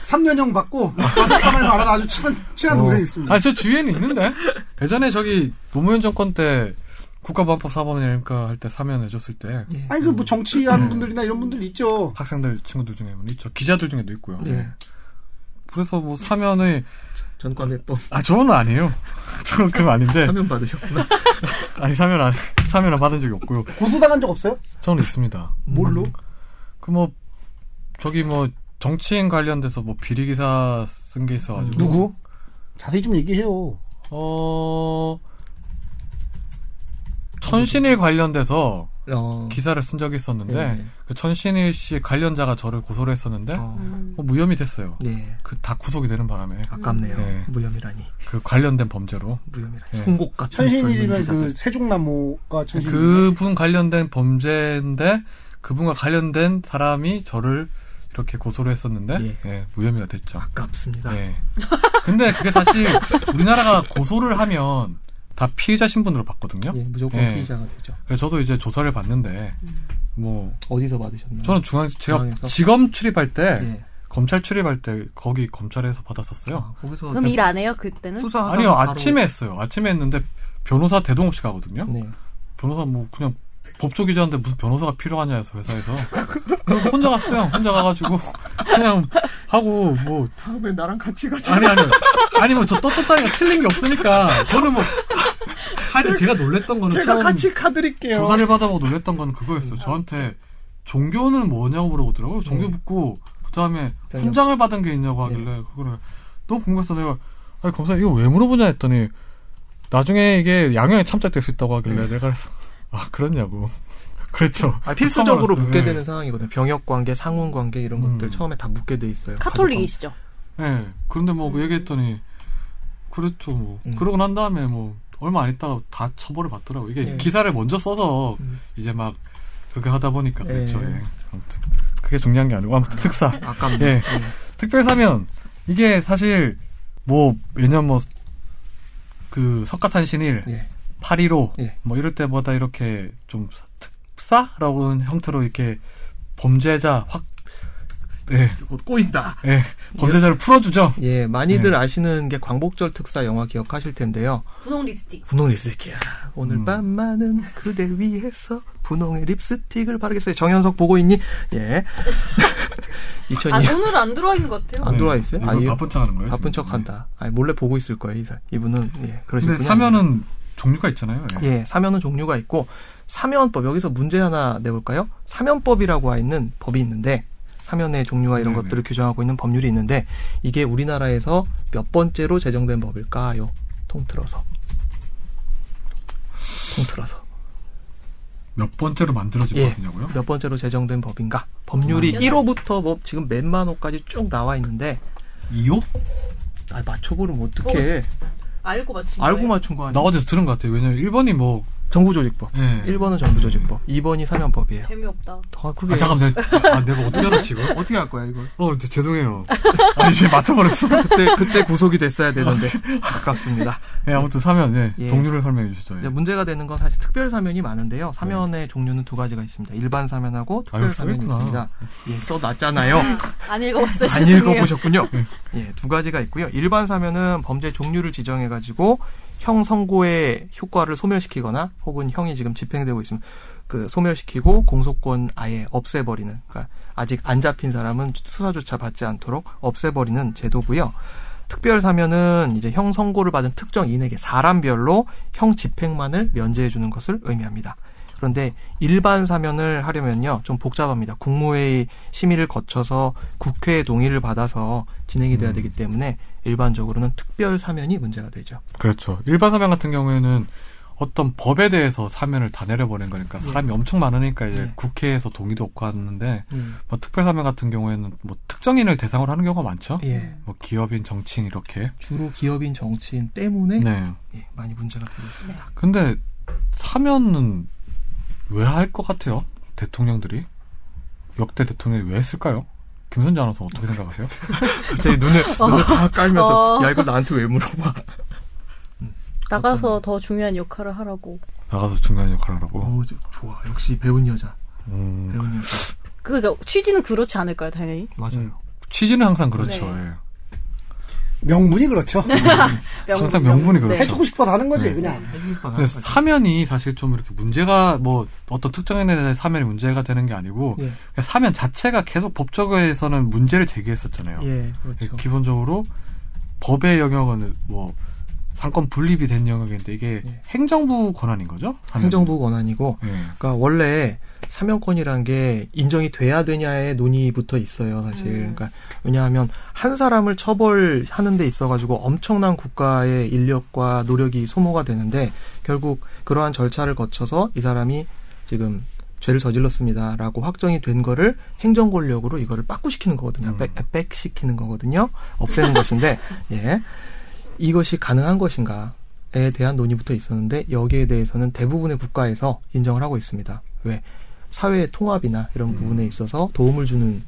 B: 3년형 받고 가석방을 바라는 아주 친한, 친한 동생이 있습니다.
A: 아, 저 주위에는 있는데? 예전에 저기 노무현 정권 때 국가보안법 사범이니까 할 때 사면 해줬을 때
B: 아니, 그 뭐 정치하는 분들이나 이런 분들 있죠.
A: 학생들 친구들 중에 뭐 있죠. 기자들 중에도 있고요.
D: 네.
A: 그래서 뭐 사면의
D: 전관대법
A: 아 저는 아니에요. 저는 그건 아닌데
D: 사면 받으셨구나.
A: 아니 사면 안 사면 안 받은 적이 없고요.
B: 고소당한 적 없어요?
A: 저는 있습니다.
B: 뭘로?
A: 그 뭐 저기 뭐 정치인 관련돼서 뭐 비리 기사 쓴 게 있어가지고
B: 누구? 자세히 좀 얘기해요.
A: 어 천신일 관련돼서
D: 어,
A: 기사를 쓴 적이 있었는데
D: 네.
A: 그 천신일 씨 관련자가 저를 고소를 했었는데
D: 어,
A: 뭐 무혐의 됐어요.
D: 네.
A: 그 다 구속이 되는 바람에
D: 아깝네요.
A: 네.
D: 무혐의라니
A: 그 관련된 범죄로
D: 무혐의라니
A: 네.
D: 송곳 같은 젊은
B: 천신일이면 그
D: 기자들.
B: 세종나무가 천신일.
A: 그분 관련된 범죄인데 그분과 관련된 사람이 저를 이렇게 고소를 했었는데
D: 예.
A: 예, 무혐의가 됐죠.
D: 아깝습니다.
A: 예. 근데 그게 사실 우리나라가 고소를 하면 다 피의자 신분으로 받거든요.
D: 예, 무조건
A: 예.
D: 피의자가 되죠.
A: 그래서 저도 이제 조사를 받는데 뭐
D: 어디서 받으셨나요?
A: 저는 네. 중앙 제가
D: 중앙에서?
A: 지검 출입할 때
D: 예.
A: 검찰 출입할 때 거기 검찰에서 받았었어요.
D: 아, 거기서
C: 그럼 일 안 해요 그때는?
D: 수사하다가
A: 아니요
D: 바로-
A: 아침에 했어요. 아침에 했는데 변호사 대동 없이 가거든요.
D: 네.
A: 변호사 뭐 그냥 법조 기자인데 무슨 변호사가 필요하냐 해서 회사에서 그래서 혼자 갔어요. 혼자 가가지고 그냥 하고 뭐
D: 다음에 나랑 같이 가자.
A: 아니 아니 아니 뭐 저 떳떳하게 틀린 게 없으니까 저는 뭐 하여튼 제가 놀랬던 거는 처음
D: 가드릴게요. 음.
A: 조사를 받아보고 놀랬던 건 그거였어요. 저한테 종교는 뭐냐고 물어보더라고요. 종교
D: 네.
A: 묻고 그 다음에
D: 별명.
A: 훈장을 받은 게 있냐고 하길래 그거를 너무 궁금해서 내가 아니 검사 이거 왜 물어보냐 했더니 나중에 이게 양형에 참작될 수 있다고 하길래 내가 그래서 아 그렇냐고 그랬죠.
D: 네. 아, 필수적으로
A: 묻
D: 묻게 되는 상황이거든요. 병역 관계, 상훈 관계 이런
A: 음.
D: 것들 처음에 다 묻게 돼 있어요.
C: 카톨릭이시죠?
A: 예. 그런데 뭐그 얘기했더니 그랬죠 뭐.
D: 음.
A: 그러고 난 다음에 뭐 얼마 안 있다가 다 처벌을 받더라고. 이게
D: 예.
A: 기사를 먼저 써서
D: 음.
A: 이제 막 그렇게 하다 보니까 그랬죠.
D: 예.
A: 예. 아무튼 그게 중요한 게 아니고 아무튼 특사.
D: 가덕방. 아깝네.
A: 예.
D: 예.
A: 특별 사면 이게 사실 뭐 왜냐면 뭐그 석가탄 신일
D: 예.
A: 8.15,
D: 예.
A: 뭐 이럴 때보다 이렇게 좀 사- 특사라고는 형태로 이렇게 범죄자 확, 예,
D: 곧 꼬인다.
A: 예, 범죄자를 풀어주죠.
D: 예, 많이들
A: 예.
D: 아시는 게 광복절 특사 영화 기억하실 텐데요.
C: 분홍 립스틱.
D: 분홍 립스틱이야. 오늘
A: 음.
D: 밤만은 그대 위해서 분홍의 립스틱을 바르겠어요. 정현석 보고 있니? 예. 2002년.
C: 아 오늘 안 들어와 있는 것 같아요.
D: 안 들어와 있어요?
A: 네. 이분
D: 아니요.
A: 바쁜 척 하는 거예요? 지금? 네.
D: 바쁜 척 한다. 아니, 몰래 보고 있을 거예요, 이 사- 이분은. 예, 그러시군요.
A: 근데 사면은 종류가 있잖아요. 예.
D: 예, 사면은 종류가 있고, 사면법, 여기서 문제 하나 내볼까요? 사면법이라고 와 있는 법이 있는데, 사면의 종류와 이런
A: 네네.
D: 것들을 규정하고 있는 법률이 있는데, 이게 우리나라에서 몇 번째로 제정된 법일까요? 통틀어서. 통틀어서.
A: 몇 번째로 만들어진
D: 예.
A: 법이냐고요?
D: 몇 번째로 제정된 법인가? 법률이
C: 음.
D: 1호부터 뭐 지금 몇만 호까지 쭉 나와 있는데
A: 2호?
D: 아 맞춰보면 어떡해.
C: 알고 맞춘
D: 알고 맞춘 거
A: 나
D: 아니야?
A: 어제서 들은 것 같아요. 왜냐면 1번이 뭐,
D: 정부조직법.
A: 예.
D: 1번은 정부조직법. 2번이 사면법이에요.
C: 재미없다.
D: 아, 그게
A: 아, 잠깐만, 내가, 아, 내가 어떻게 알았지, 이걸?
D: 어떻게 할 거야, 이걸?
A: 어, 제- 죄송해요. 아니, 지금 맞춰버렸어.
D: 그때 그때 구속이 됐어야 되는데
A: 네.
D: 아깝습니다.
A: 예, 아무튼 사면, 예.
D: 예.
A: 종류를 설명해 주시죠. 예.
D: 이제 문제가 되는 건 사실 특별 사면이 많은데요. 사면의 종류는 두 가지가 있습니다. 일반 사면하고 특별
A: 아유,
D: 사면이
A: 써있구나.
D: 있습니다. 예, 써놨잖아요.
C: 안 읽어봤어요.
D: 안
C: 죄송해요.
D: 읽어보셨군요. 예, 두 가지가 있고요. 일반 사면은 범죄 종류를 지정해가지고 형 선고의 효과를 소멸시키거나 혹은 형이 지금 집행되고 있으면 그 소멸시키고 공소권 아예 없애버리는. 그러니까 아직 안 잡힌 사람은 수사조차 받지 않도록 없애버리는 제도고요. 특별 사면은 이제 형 선고를 받은 특정 인에게 사람별로 형 집행만을 면제해 주는 것을 의미합니다. 그런데 일반 사면을 하려면요 좀 복잡합니다. 국무회의 심의를 거쳐서 국회의 동의를 받아서 진행이 돼야 되기 때문에 일반적으로는 특별 사면이 문제가 되죠.
A: 그렇죠. 일반 사면 같은 경우에는 어떤 법에 대해서 사면을 다 내려버린 거니까 사람이 엄청 많으니까 이제
D: 예.
A: 국회에서 동의도 없고 하는데
D: 음.
A: 뭐 특별 사면 같은 경우에는 뭐 특정인을 대상으로 하는 경우가 많죠.
D: 예.
A: 뭐 기업인, 정치인 이렇게.
D: 주로 기업인 정치인 때문에
A: 네.
D: 예, 많이 문제가 되고 있습니다.
A: 근데 사면은 왜 할 것 같아요? 대통령들이 역대 대통령이 왜 했을까요? 김선재 아나운서 어떻게 생각하세요?
D: 갑자기 눈을 눈을 다 깔면서
C: 어.
D: 야 이거 나한테 왜 물어봐?
C: 나가서 더 중요한 역할을 하라고.
A: 나가서 중간 역할을 하라고.
D: 오 어, 좋아 역시 배운 여자
A: 음,
D: 배운 여자
C: 그러니까 취지는 그렇지 않을까요, 당연히.
D: 맞아요.
A: 취지는 항상 그렇죠.
C: 네.
A: 예.
B: 명분이 그렇죠.
A: 항상 명분이
C: 네.
A: 그렇죠.
B: 해주고 싶어서 하는 거지
D: 음.
B: 그냥.
D: 네,
A: 근데 사면이 사실 좀 이렇게 문제가 뭐 어떤 특정인에 대해 사면이 문제가 되는 게 아니고
D: 예.
A: 그냥 사면 자체가 계속 법적에서는 문제를 제기했었잖아요.
D: 예 그렇죠.
A: 기본적으로 법의 영역은 뭐 상권 분립이 된 영역인데 이게
D: 예.
A: 행정부 권한인 거죠? 사면이?
D: 행정부 권한이고
A: 예.
D: 그러니까 원래 사면권이란 게 인정이 돼야 되냐의 논의부터 있어요, 사실.
C: 음.
D: 그러니까 왜냐하면 한 사람을 처벌하는 데 있어 가지고 엄청난 국가의 인력과 노력이 소모가 되는데 결국 그러한 절차를 거쳐서 이 사람이 지금 죄를 저질렀습니다라고 확정이 된 거를 행정 권력으로 이거를 빠꾸시키는 거거든요.
A: 음.
D: 백, 백시키는 거거든요. 없애는 것인데 예. 이것이 가능한 것인가? 에 대한 논의부터 있었는데 여기에 대해서는 대부분의 국가에서 인정을 하고 있습니다. 왜 사회의 통합이나 이런 부분에 있어서 도움을 주는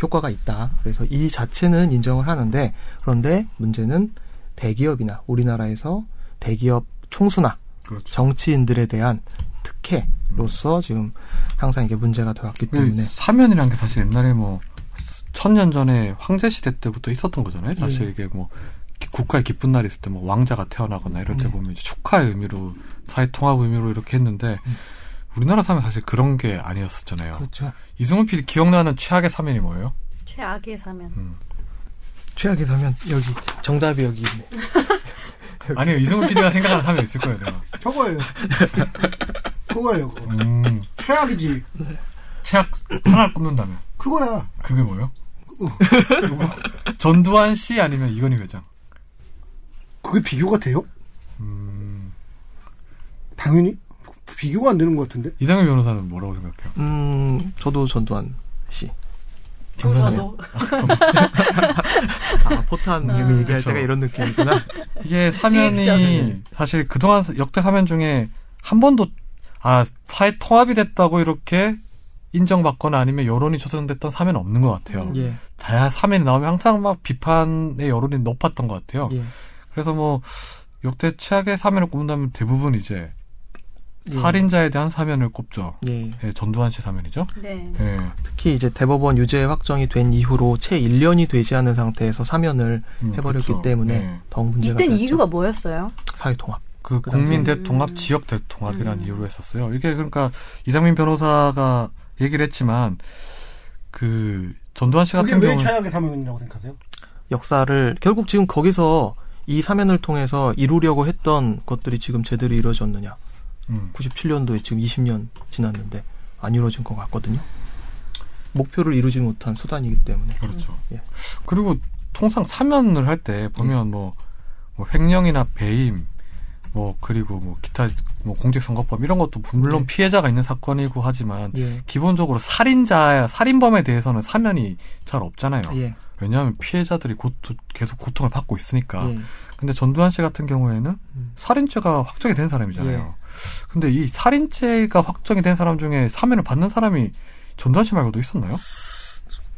D: 효과가 있다. 그래서 이 자체는 인정을 하는데 그런데 문제는 대기업이나 우리나라에서 대기업 총수나
A: 그렇죠.
D: 정치인들에 대한 특혜로서 지금 항상 이게 문제가 되었기 때문에
A: 그 사면이란 게 사실 옛날에 뭐 천년 전에 황제 시대 때부터 있었던 거잖아요. 사실
D: 예.
A: 이게 뭐 기- 국가에 기쁜 날이 있을 때 뭐 왕자가 태어나거나 이럴 때
D: 네.
A: 보면 이제 축하의 의미로 사회 통합 의미로 이렇게 했는데 우리나라 사면 사실 그런 게 아니었었잖아요.
D: 음. 그렇죠.
A: 이승훈 PD 기억나는 최악의 사면이 뭐예요?
C: 네. 최악의 사면.
A: 음.
D: 최악의 사면 여기 정답이 여기 있네. 그렇죠.
A: 아니요 이승훈 PD가 생각하는 사면 있을 거예요. 내가.
B: 저거예요. 그거예요. 그거.
A: 음,
B: 최악이지.
A: 최악 하나 꼽는다면
B: 그거야.
A: 그게 뭐예요? 이거? 전두환 씨 아니면 이건희 회장?
B: 그게 비교가 돼요?
A: 음,
B: 당연히 비교가 안 되는 것 같은데.
A: 이상현 변호사는 뭐라고 생각해요?
D: 음 저도 전두환 씨.
A: 감사합니다.
D: 아 포탄 얘기할
A: 그렇죠.
D: 때가 이런 느낌이구나.
A: 이게 사면이
D: 네.
C: 리액션을.
A: 사실 그동안 역대 사면 중에 한 번도 아 사회 통합이 됐다고 이렇게 인정받거나 아니면 여론이 조성됐던 사면 은 없는 것 같아요.
D: 예.
A: 다양한 사면이 나오면 항상 막 비판의 여론이 높았던 것 같아요.
D: 예.
A: 그래서 뭐 역대 최악의 사면을 꼽는다면 대부분 이제
D: 예.
A: 살인자에 대한 사면을 꼽죠.
D: 예.
A: 예, 전두환 씨 사면이죠.
C: 네.
A: 예.
D: 특히 이제 대법원 유죄 확정이 된 이후로 채 1년이 되지 않은 상태에서 사면을
A: 음,
D: 해버렸기
A: 그렇죠.
D: 때문에
A: 예.
D: 더욱 문제가
C: 이땐
D: 됐죠.
C: 이유가 뭐였어요?
D: 사회 통합.
A: 그
D: 그
A: 국민
C: 당시에.
A: 대통합,
C: 음.
A: 지역 대통합이라는
C: 음.
A: 이유로 했었어요. 이게 그러니까 이상민 변호사가 얘기를 했지만 그 전두환 씨
B: 그게
A: 같은
B: 왜
A: 경우는
B: 최악의 사면이라고 생각하세요?
D: 역사를 결국 지금 거기서 이 사면을 통해서 이루려고 했던 것들이 지금 제대로 이루어졌느냐.
A: 음,
D: 97년도에 지금 20년 지났는데 안 이루어진 것 같거든요. 목표를 이루지 못한 수단이기 때문에.
A: 그렇죠.
D: 예.
A: 그리고 통상 사면을 할 때 보면 뭐, 뭐 횡령이나 배임, 뭐 그리고 뭐 기타 뭐 공직선거법 이런 것도 물론
D: 네.
A: 피해자가 있는 사건이고 하지만
D: 예.
A: 기본적으로 살인자 살인범에 대해서는 사면이 잘 없잖아요.
D: 예.
A: 왜냐하면 피해자들이 고, 계속 고통을 받고 있으니까.
D: 예.
A: 근데 전두환 씨 같은 경우에는
D: 음. 예.
A: 살인죄가 확정이 된 사람이잖아요. 근데 이 살인죄가 확정이 된 사람 중에 사면을 받는 사람이 전두환 씨 말고도 있었나요?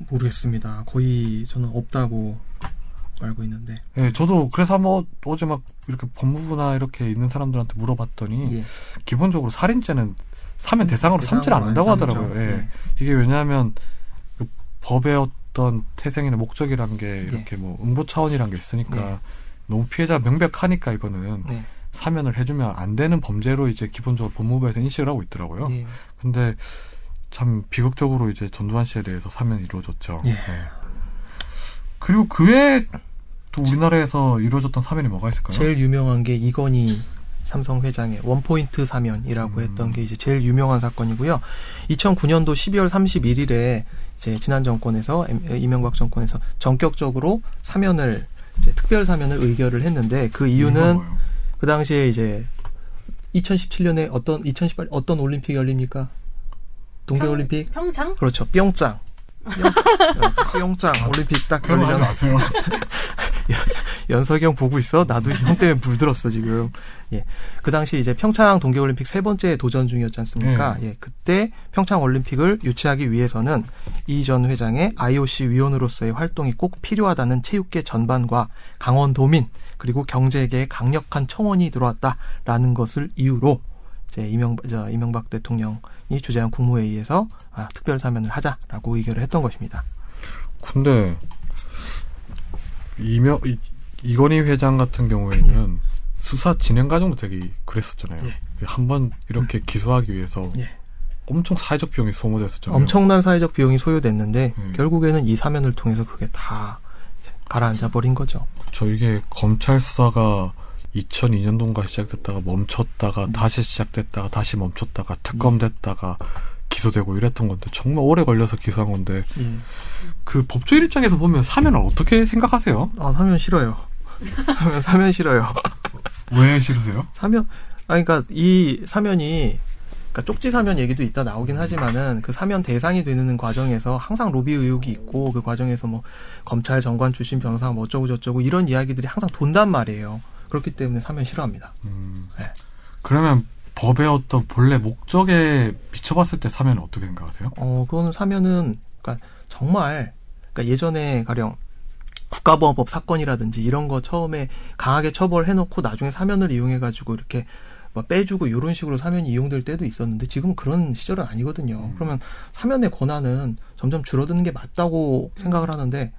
D: 모르겠습니다. 거의 저는 없다고 알고 있는데.
A: 예, 저도 그래서 뭐 어제 막 이렇게 법무부나 이렇게 있는 사람들한테 물어봤더니
D: 예.
A: 기본적으로 살인죄는 사면 대상으로 삼질
D: 대상으로
A: 않는다고
D: 많이
A: 하더라고요.
D: 삼죠. 네.
A: 예. 이게 왜냐하면 그 법의 어떤 태생이나 목적이란
D: 예.
A: 게 이렇게 뭐 응보 차원이란 게 있으니까
D: 네.
A: 너무 피해자 명백하니까 이거는
D: 네.
A: 사면을 해주면 안 되는 범죄로 이제 기본적으로 법무부에서 인식을 하고 있더라고요. 어.
D: 예.
A: 근데 참 비극적으로 이제 전두환 씨에 대해서 사면이 이루어졌죠. 네.
D: 예.
A: 그리고 그 외에 또 우리나라에서 이루어졌던 사면이 뭐가 있을까요?
D: 제일 유명한 게 이건희 삼성 회장의 원포인트 사면이라고
A: 음.
D: 했던 게 이제 제일 유명한 사건이고요. 2009년도 12월 31일에 이제 지난 정권에서 엠- 이명박 정권에서 전격적으로 사면을 이제 특별 사면을 의결을 했는데 그 이유는
A: 뭐예요?
D: 그 당시에 이제 2017년에 어떤 2018 어떤 올림픽 열립니까? 동계 올림픽
C: 평창?
D: 그렇죠. 뿅짱. 뿅- 뿅짱 올림픽 딱
A: 그런 거 하지
D: 열리잖아.
A: 마세요.
D: 연석이 형 보고 있어? 나도 형 때문에 물들었어, 지금. 예. 그 당시 이제 평창 동계올림픽 세 번째 도전 중이었지 않습니까? 예. 그때 평창 올림픽을 유치하기 위해서는 이 전 회장의 IOC 위원으로서의 활동이 꼭 필요하다는 체육계 전반과 강원도민, 그리고 경제계의 강력한 청원이 들어왔다라는 것을 이유로 이제 이명박, 저, 이명박 대통령이 주재한 국무회의에서 아, 특별 사면을 하자라고 의결을 했던 것입니다.
A: 근데 이명 이, 이건희 회장 같은 경우에는 수사 진행 과정도 되게 그랬었잖아요.
D: 예.
A: 한 번 이렇게 기소하기 위해서
D: 예.
A: 엄청 사회적 비용이 소모됐었잖아요.
D: 그렇죠. 엄청난 사회적 비용이 소요됐는데
A: 음.
D: 결국에는 이 사면을 통해서 그게 다 이제 가라앉아 버린 거죠.
A: 저 이게 검찰 수사가 2002년도인가 시작됐다가 멈췄다가 다시 시작됐다가 다시 멈췄다가 특검됐다가 기소되고 이랬던 건데 정말 오래 걸려서 기소한 건데 그 법조인 입장에서 보면 사면을 어떻게 생각하세요?
D: 아 사면 싫어요. 사면 사면 싫어요.
A: 왜 싫으세요?
D: 사면 아 그러니까 이 사면이 그러니까 쪽지 사면 얘기도 있다 나오긴 하지만은 그 사면 대상이 되는 과정에서 항상 로비 의혹이 있고 그 과정에서 뭐 검찰 정관 출신 변호사 뭐 어쩌고 저쩌고 이런 이야기들이 항상 돈단 말이에요. 그렇기 때문에 사면 싫어합니다.
A: 음,
D: 네.
A: 그러면 법의 어떤 본래 목적에 비춰봤을 때 사면은 어떻게 생각하세요?
D: 어, 그거는 사면은, 그니까, 정말, 그니까 예전에 가령, 국가보안법 사건이라든지 이런 거 처음에 강하게 처벌해놓고 나중에 사면을 이용해가지고 이렇게 뭐 빼주고 이런 식으로 사면이 이용될 때도 있었는데 지금은 그런 시절은 아니거든요. 그러면 사면의 권한은 점점 줄어드는 게 맞다고 생각을 하는데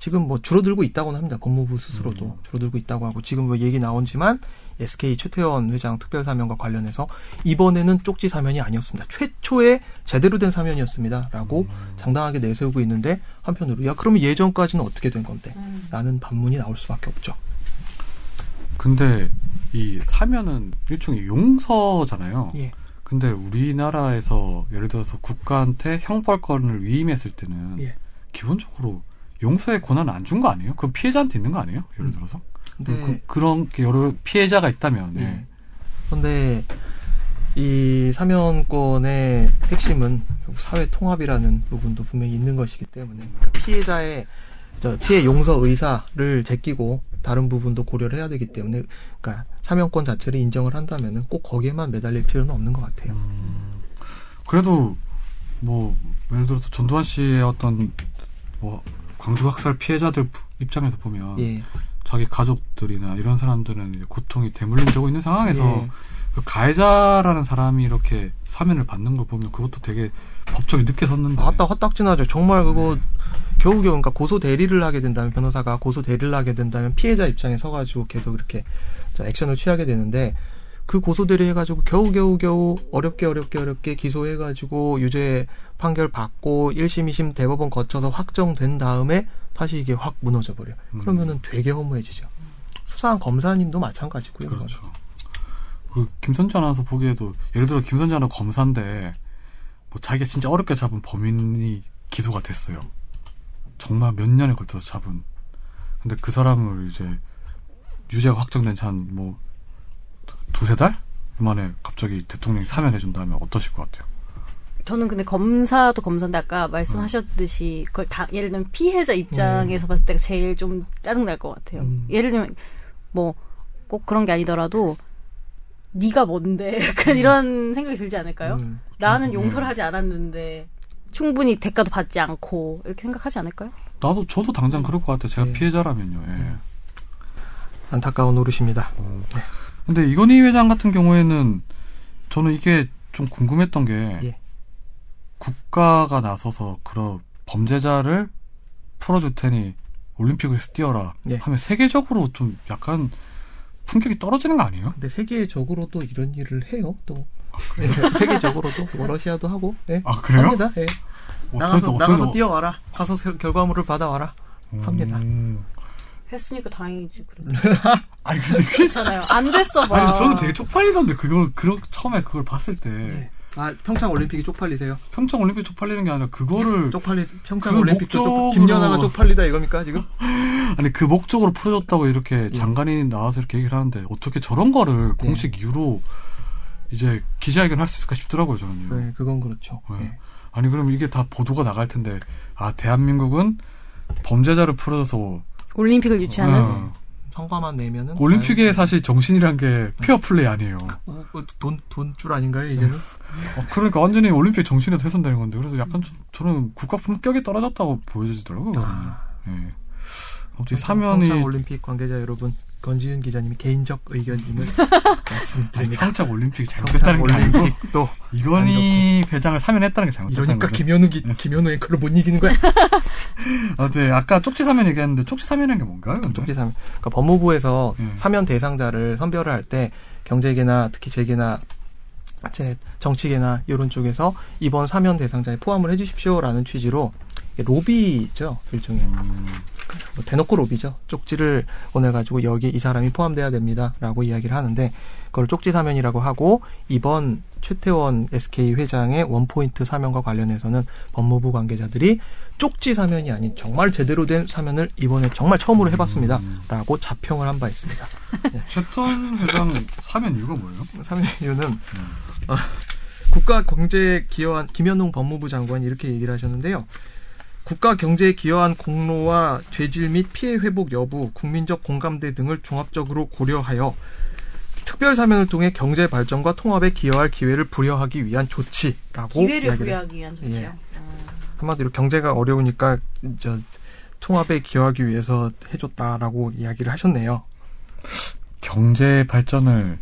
D: 지금 뭐 줄어들고 있다고는 합니다. 법무부 스스로도 줄어들고 있다고 하고 지금 뭐 얘기 나온지만 SK 최태원 회장 특별 사면과 관련해서 이번에는 쪽지 사면이 아니었습니다. 최초의 제대로 된 사면이었습니다라고 장당하게 내세우고 있는데 한편으로 야 그러면 예전까지는 어떻게 된 건데?
C: 음.
D: 라는 반문이 나올 수밖에 없죠.
A: 근데 이 사면은 일종의 용서잖아요.
D: 예.
A: 근데 우리나라에서 예를 들어서 국가한테 형벌권을 위임했을 때는
D: 예.
A: 기본적으로 용서의 권한을 안 준 거 아니에요? 그럼 피해자한테 있는 거 아니에요? 예를 들어서
D: 음. 근데
A: 그, 런게 여러 피해자가 있다면 예.
D: 예. 근데 이 사면권의 핵심은 결국 사회 통합이라는 부분도 분명히 있는 것이기 때문에 그러니까 피해자의 저 피해 용서 의사를 제끼고 다른 부분도 고려를 해야 되기 때문에 그러니까 사면권 자체를 인정을 한다면은 꼭 거기에만 매달릴 필요는 없는 것 같아요.
A: 그래도 뭐 예를 들어서 전두환 씨의 어떤 뭐 광주 학살 피해자들 입장에서 보면
D: 예.
A: 자기 가족들이나 이런 사람들은 이제 고통이 대물림되고 있는 상황에서
D: 예.
A: 그 가해자라는 사람이 이렇게 사면을 받는 걸 보면 그것도 되게 법정이 늦게 섰는데
D: 아따 화딱지나죠. 정말
A: 네.
D: 그거 겨우겨우 그러니까 고소 대리를 하게 된다면 변호사가 고소 대리를 하게 된다면 피해자 입장에 서가지고 계속 이렇게 자, 액션을 취하게 되는데 그 고소 대리 해가지고 겨우겨우 겨우 어렵게 어렵게 어렵게 기소해가지고 유죄 판결 받고 1심 2심 대법원 거쳐서 확정된 다음에 다시 이게 확 무너져 버려. 요
A: 음.
D: 그러면은 되게 허무해지죠. 수사한 검사님도 마찬가지고요. 그건.
A: 그렇죠. 그 김선재 아나운서 보기에도 예를 들어 김선재 아나 검사인데 뭐 자기가 진짜 어렵게 잡은 범인이 기소가 됐어요. 정말 몇 년에 걸쳐서 잡은. 근데 그 사람을 이제 유죄가 확정된 지한뭐 두세 달그 만에 갑자기 대통령이 사면해준다면 어떠실 것 같아요?
C: 저는 근데 검사도 검사인데 아까 말씀하셨듯이 그걸 다 예를 들면 피해자
A: 네.
C: 입장에서 봤을 때가 제일 좀 짜증 날 것 같아요.
B: 음.
C: 예를 들면 뭐 꼭 그런 게 아니더라도 네가 뭔데 약간 이런 생각이 들지 않을까요?
D: 음.
C: 나는
A: 네.
C: 용서를 하지 않았는데 충분히 대가도 받지 않고 이렇게 생각하지 않을까요?
A: 나도 저도 당장 그럴 것 같아요. 제가
D: 네.
A: 피해자라면요. 예.
D: 안타까운 노릇입니다.
A: 근데 이건희 회장 같은 경우에는 저는 이게 좀 궁금했던 게
D: 예.
A: 국가가 나서서 그런 범죄자를 풀어줄 테니 올림픽에서 뛰어라
D: 예.
A: 하면 세계적으로 좀 약간 품격이 떨어지는 거 아니에요?
D: 근데 세계적으로도 이런 일을 해요. 또 세계적으로도 뭐 러시아도 하고 예.
A: 아 그래요? 어,
D: 합니다. 예. 나가서 나가서 뛰어와라. 가서 세- 결과물을 받아와라. 합니다.
A: 음.
C: 했으니까 다행이지 그래.
A: 아니 근데 그게
C: 그렇잖아요. 안 됐어 봐.
A: 아니 근데 저는 되게 쪽팔리던데 그걸 그런 처음에 그걸 봤을 때
D: 예. 아 평창 올림픽이 쪽팔리세요?
A: 평창 올림픽 쪽팔리는 게 아니라 그거를
D: 쪽팔리 평창
A: 그
D: 올림픽도
A: 목적으로-
D: 쪽, 김연아가 쪽팔리다 이겁니까 지금?
A: 아니 그 목적으로 풀어줬다고 이렇게
D: 예.
A: 장관이 나와서 이렇게 얘기를 하는데 어떻게 저런 거를
D: 네.
A: 공식 이유로 이제 기자회견 할 수 있을까 싶더라고요 저는요.
D: 네, 그건 그렇죠.
A: 네.
D: 예.
A: 아니 그럼 이게 다 보도가 나갈 텐데 아 대한민국은 범죄자를 풀어줘서
C: 올림픽을 유치하는
A: 어,
D: 성과만 내면은
A: 그 올림픽에 사실 정신이란 게 페어 플레이 아니에요.
D: 네. 어, 돈돈 줄 아닌가요 이제는?
A: 어, 그러니까 완전히 올림픽 정신에도 훼손되는 건데 그래서 약간 좀- 저는 국가 품격이 떨어졌다고 보여지더라고요. 그거는요. 예. 아무튼 이 사면이
D: 아. 어, 평창 올림픽 관계자 여러분 건지윤 기자님이 개인적 의견임을
A: 아니, 그-
D: 말씀드립니다.
A: 평창 올림픽이
D: 평창
A: 잘못됐다는 게 아니고
D: 올림픽도
A: 그- 이건희 회장을 사면했다는 게 잘못됐다는
D: 이러니까
A: 거죠.
D: 김현우 기, 김현우 앵커를 못 이기는 거야.
A: 아, 네. 아까 쪽지 사면 얘기했는데 쪽지 사면이라는 게 뭔가요? 근데?
D: 쪽지 사면. 그러니까 법무부에서
A: 음.
D: 사면 대상자를 선별을 할 때 경제계나 특히 재계나 제 정치계나 이런 쪽에서 이번 사면 대상자에 포함을 해주십시오라는 취지로 이게 로비죠 일종의 뭐 대놓고 로비죠 쪽지를 보내가지고 여기 이 사람이 포함돼야 됩니다라고 이야기를 하는데 그걸 쪽지 사면이라고 하고 이번 최태원 SK 회장의 원포인트 사면과 관련해서는 법무부 관계자들이 쪽지 사면이 아닌 정말 제대로 된 사면을 이번에 정말 처음으로 해봤습니다. 라고 자평을 한 바 있습니다.
A: 최턴 회장 사면 이유가 뭐예요?
D: 사면 이유는 어, 국가 경제에 기여한 김현웅 법무부 장관이 이렇게 얘기를 하셨는데요. 국가 경제에 기여한 공로와 죄질 및 피해 회복 여부, 국민적 공감대 등을 종합적으로 고려하여 특별 사면을 통해 경제 발전과 통합에 기여할 기회를 부여하기 위한 조치라고
A: 네,
C: 기회를
D: 이야기를
C: 부여하기 위한
A: 예.
C: 조치요.
D: 한마디로 경제가 어려우니까 저 통합에 기여하기 위해서 해줬다라고 이야기를 하셨네요.
A: 경제 발전을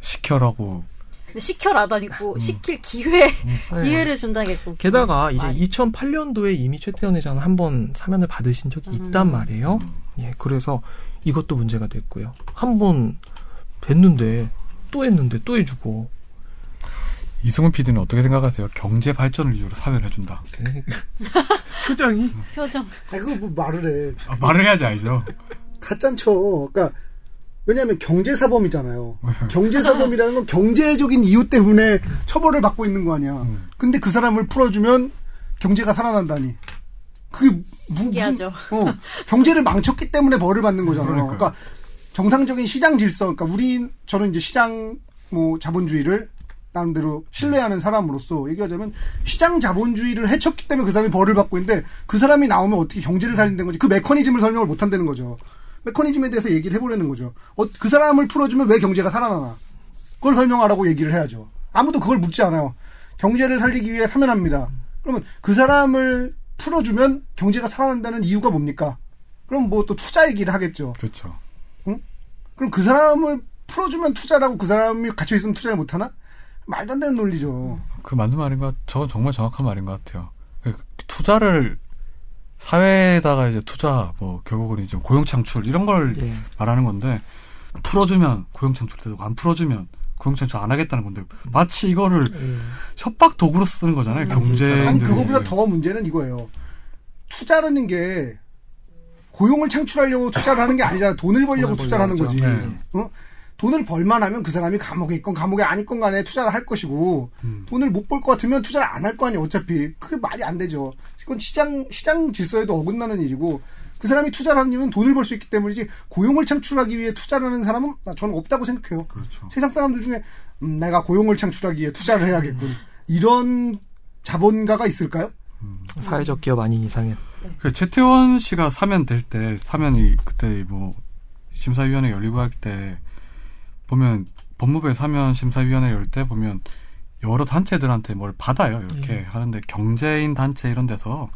A: 시켜라고.
C: 근데 시켜라다니고 시킬 기회 기회를 준다겠고.
D: 음. 네. 게다가 이제
C: 아니.
D: 2008년도에 이미 최태원 회장은 한 번 사면을 받으신 적이 있단 말이에요. 예, 그래서 이것도 문제가 됐고요. 한 번 됐는데 또 했는데 또 해주고
A: 이승훈 PD는 어떻게 생각하세요? 경제 발전을 이유로 사면을 해준다.
D: 표정이
C: 표정.
B: 아 그거 뭐 말을 해.
A: 아, 말을 해야지 알죠.
B: 가짠쳐. 그러니까 왜냐하면 경제사범이잖아요.
A: 음.
B: 경제사범이라는 건 경제적인 이유 때문에 처벌을 받고 있는 거 아니야.
A: 음.
B: 근데 그 사람을 풀어주면 경제가 살아난다니. 그게 무, 무슨
C: 신기하죠.
B: 어, 경제를 망쳤기 때문에 벌을 받는 거잖아요.
A: 그러니까요.
B: 그러니까 정상적인 시장 질서, 그러니까 우리 저는 이제 시장 뭐 자본주의를 나름대로 신뢰하는 사람으로서 얘기하자면 시장 자본주의를 해쳤기 때문에 그 사람이 벌을 받고 있는데 그 사람이 나오면 어떻게 경제를 살린다는 거지 그 메커니즘을 설명을 못 한다는 거죠. 메커니즘에 대해서 얘기를 해보려는 거죠. 어, 그 사람을 풀어주면 왜 경제가 살아나나? 그걸 설명하라고 얘기를 해야죠. 아무도 그걸 묻지 않아요. 경제를 살리기 위해 사면합니다. 그러면 그 사람을 풀어주면 경제가 살아난다는 이유가 뭡니까? 그럼 뭐 또 투자 얘기를 하겠죠.
A: 그렇죠.
B: 그럼 그 사람을 풀어주면 투자라고 그 사람이 갇혀 있으면 투자를 못 하나? 말도 안 되는 논리죠.
A: 그 맞는 말인 것, 같- 저건 정말 정확한 말인 것 같아요. 그 투자를 사회에다가 이제 투자, 뭐 결국은 이제 고용 창출 이런 걸
D: 예.
A: 말하는 건데 풀어주면 고용 창출 되고 안 풀어주면 고용 창출 안 하겠다는 건데 마치 이거를 협박 도구로 쓰는 거잖아요.
D: 네.
A: 경제인들
B: 예. 음, 아니 그거보다 더 문제는 이거예요. 투자라는 게 고용을 창출하려고 투자를 하는 게 아니잖아. 돈을 벌려고
D: 돈을
B: 투자를 하는
D: 벌려고 네.
B: 거지.
A: 하죠.
B: 어? 돈을 벌만 하면 그 사람이 감옥에 있건 감옥에 안 있건 간에 투자를 할 것이고
D: 음.
B: 돈을 못 벌 것 같으면 투자를 안 할 거 아니에요. 어차피 그게 말이 안 되죠. 그건 시장 시장 질서에도 어긋나는 일이고 그 사람이 투자를 하는 이유는 돈을 벌 수 있기 때문이지 고용을 창출하기 위해 투자를 하는 사람은 나- 저는 없다고 생각해요.
A: 그렇죠.
B: 세상 사람들 중에 음, 내가 고용을 창출하기 위해 투자를 해야겠군. 이런 자본가가 있을까요?
D: 사회적 기업 아닌 이상엔
A: 그 최태원 씨가 사면 될 때 사면이 그때 뭐 심사위원회 열리고 할 때 보면 법무부에 사면 심사위원회 열 때 보면 여러 단체들한테 뭘 받아요 이렇게 하는데 경제인 단체 이런 데서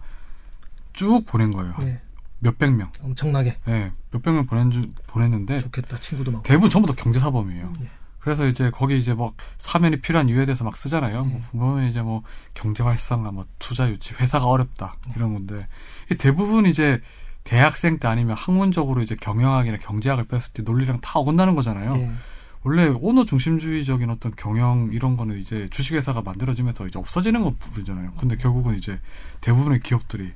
A: 쭉 보낸 거예요
D: 네,
A: 몇백 명,
D: 엄청나게
A: 예, 몇백 명 보낸 줄 보냈는데
D: 좋겠다 친구도 많고
A: 대부분 전부 다 경제사범이에요.
D: 뭐. 예.
A: 그래서 이제 거기 이제 막 사면이 필요한 이유에 대해서 막 쓰잖아요.
D: 예.
A: 뭐 보면 이제 뭐 경제 활성화, 뭐 투자 유치, 회사가 어렵다
D: 예.
A: 이런 건데 이 대부분 이제 대학생 때 아니면 학문적으로 이제 경영학이나 경제학을 뺐을 때 논리랑 다 어긋나는 거잖아요.
D: 예.
A: 원래 오너 중심주의적인 어떤 경영 이런 거는 이제 주식회사가 만들어지면서 이제 없어지는 것 부분이잖아요. 근데 결국은 이제 대부분의 기업들이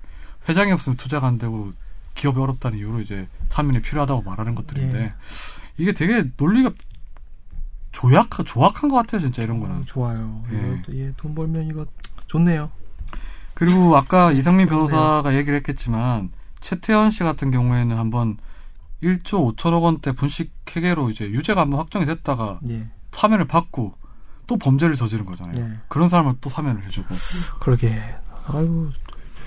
A: 회장이 없으면 투자가 안 되고 기업이 어렵다는 이유로 이제 사면이 필요하다고 말하는 것들인데
D: 예.
A: 이게 되게 논리가 조약 조악한 것 같아요 진짜 이런
D: 음,
A: 거는.
D: 좋아요.
A: 예.
D: 이것도, 예, 돈 벌면 이거 좋네요.
A: 그리고 아까 이상민 변호사가 얘기를 했겠지만 최태현 씨 같은 경우에는 한번 1조 5천억 원대 분식 회계로 이제 유죄가 한번 확정이 됐다가
D: 예.
A: 사면을 받고 또 범죄를 저지른 거잖아요.
D: 네.
A: 그런 사람을 또 사면을 해주고.
D: 그러게. 아유,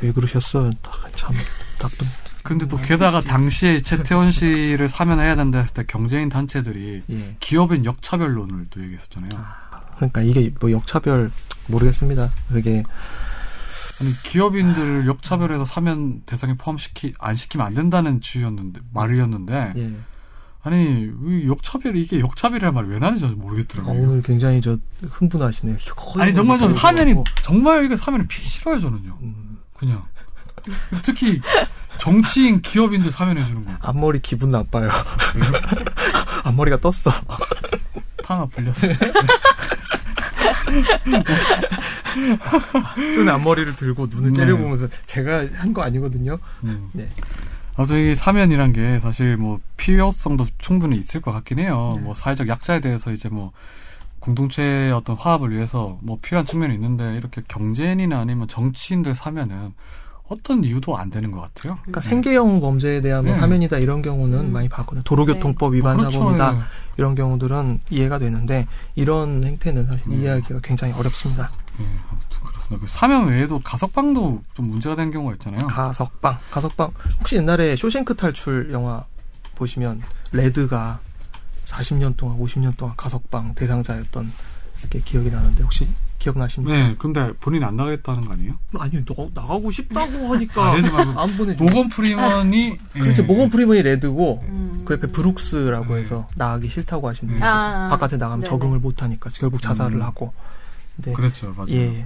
D: 왜 그러셨어? 다- 참 나쁜.
A: 근데 또 게다가 당시에 최태원 씨를 사면해야 된다 했을 때 경제인 단체들이
D: 예.
A: 기업인 역차별론을 또 얘기했었잖아요.
D: 그러니까 이게 뭐 역차별 모르겠습니다. 그게
A: 아니 기업인들을 역차별해서 사면 대상에 포함시키 안 시키면 안 된다는 주였는데 말이었는데
D: 예.
A: 아니 왜 역차별 이게 역차별이란 말이 왜 나는지
D: 아,
A: 모르겠더라고요.
D: 오늘 굉장히 저 흥분하시네요. 거의
A: 아니 정말 저는
D: 거의
A: 사면이
D: 뭐-
A: 정말 이게 사면이 피 싫어요 저는요.
D: 음,
A: 그냥 특히 정치인 기업인들 사면해주는 거
D: 앞머리 기분 나빠요. 앞머리가 떴어.
A: 파나 불렸어요.
D: 뜬 앞머리를 들고 눈을
A: 네.
D: 째려보면서 제가 한 거 아니거든요.
A: 음.
D: 네.
A: 아무튼 이 사면이란 게 사실 뭐 필요성도 충분히 있을 것 같긴
D: 네.
A: 해요. 뭐 사회적 약자에 대해서 이제 뭐 공동체의 어떤 화합을 위해서 뭐 필요한 측면이 있는데 이렇게 경제인이나 아니면 정치인들 사면은 어떤 이유도 안 되는 것 같아요. 뭐
D: 그러니까 생계형 범죄에 대한 뭐
A: 네.
D: 사면이다 이런 경우는
C: 음.
D: 많이 봤거든요. 도로교통법 위반
A: 그렇죠.
D: 사고입니다.
A: 예.
D: 이런 경우들은 이해가 되는데 이런 행태는 사실
A: 음.
D: 이해하기가 굉장히 어렵습니다.
A: 예, 아무튼 그렇습니다. 그 사면 외에도 가석방도 좀 문제가 된 경우가 있잖아요.
D: 가석방, 가석방. 혹시 옛날에 쇼생크 탈출 영화 보시면 레드가 40년 동안, 50년 동안 가석방 대상자였던 게 기억이 나는데 혹시 기억나십니까? 뭐
A: 네, 근데 본인 안 나가겠다는 거 아니에요?
D: 아니 너 나가고 싶다고
A: 아,
D: 하니까
A: 레드 말고
D: 안 보내줘.
A: 모건 프리먼이
D: 네. 그렇죠.
A: 예.
D: 모건 프리먼이 레드고
C: 음.
D: 그 옆에 브룩스라고
A: 네.
D: 해서 나가기 싫다고 하신 분이
A: 네.
D: 있어요.
C: 아, 아.
D: 바깥에 나가면
C: 네네.
D: 적응을 못 하니까 결국 자살을
A: 음.
D: 하고. 네.
A: 그렇죠, 맞아요.
D: 예.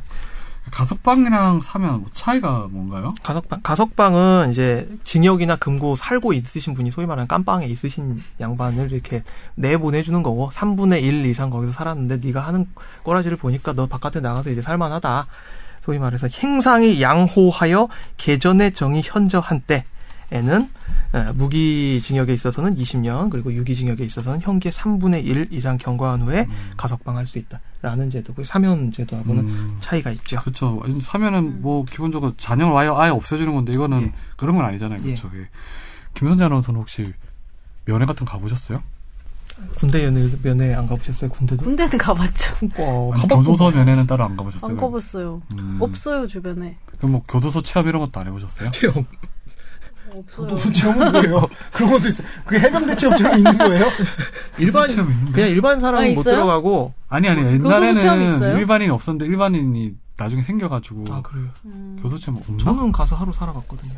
A: 가석방이랑 사면 뭐 차이가 뭔가요?
D: 가석방 가석방은 이제 징역이나 금고 살고 있으신 분이 소위 말하는 깜빵에 있으신 양반을 이렇게 내 보내주는 거고 3분의 1 이상 거기서 살았는데 네가 하는 꼬라지를 보니까 너 바깥에 나가서 이제 살만하다 소위 말해서 행상이 양호하여 개전의 정이 현저한 때에는 에, 무기 징역에 있어서는 20년 그리고 유기 징역에 있어서는 형기의 3분의 1 이상 경과한 후에 가석방할 수 있다라는 제도고 사면 제도하고는
A: 음.
D: 차이가 있죠.
A: 그렇죠. 사면은 뭐 기본적으로 자녀를 아예, 아예 없애주는 건데 이거는
D: 예.
A: 그런 건 아니잖아요. 그렇죠. 예. 김선재 아나운서는 혹시 면회 같은 거 가보셨어요?
D: 군대 연애 면회 안 가보셨어요? 군대도
C: 군대는 가봤죠.
D: 품고
A: 아니, 교도소 면회는 따로 안 가보셨어요?
C: 안 가봤어요.
A: 음.
C: 없어요 주변에.
A: 그럼 뭐 교도소 체험 이런 것도 안 해보셨어요?
D: 체험
C: 없어요.
B: 체험은 뭐예요? 그런 것도 있어. 그게 해병대 체험처럼 있는 거예요?
D: 일반
A: 체험 있는데?
D: 그냥 일반 사람은
C: 아,
D: 못
C: 있어요?
D: 들어가고
A: 아니 아니
C: 그 교도소 체험 있어요?
A: 옛날에는 일반인 이 없었는데 일반인이 나중에 생겨가지고
D: 아, 그래요?
C: 음.
A: 교도소 체험 없나?
D: 저는 가서 하루 살아갔거든요.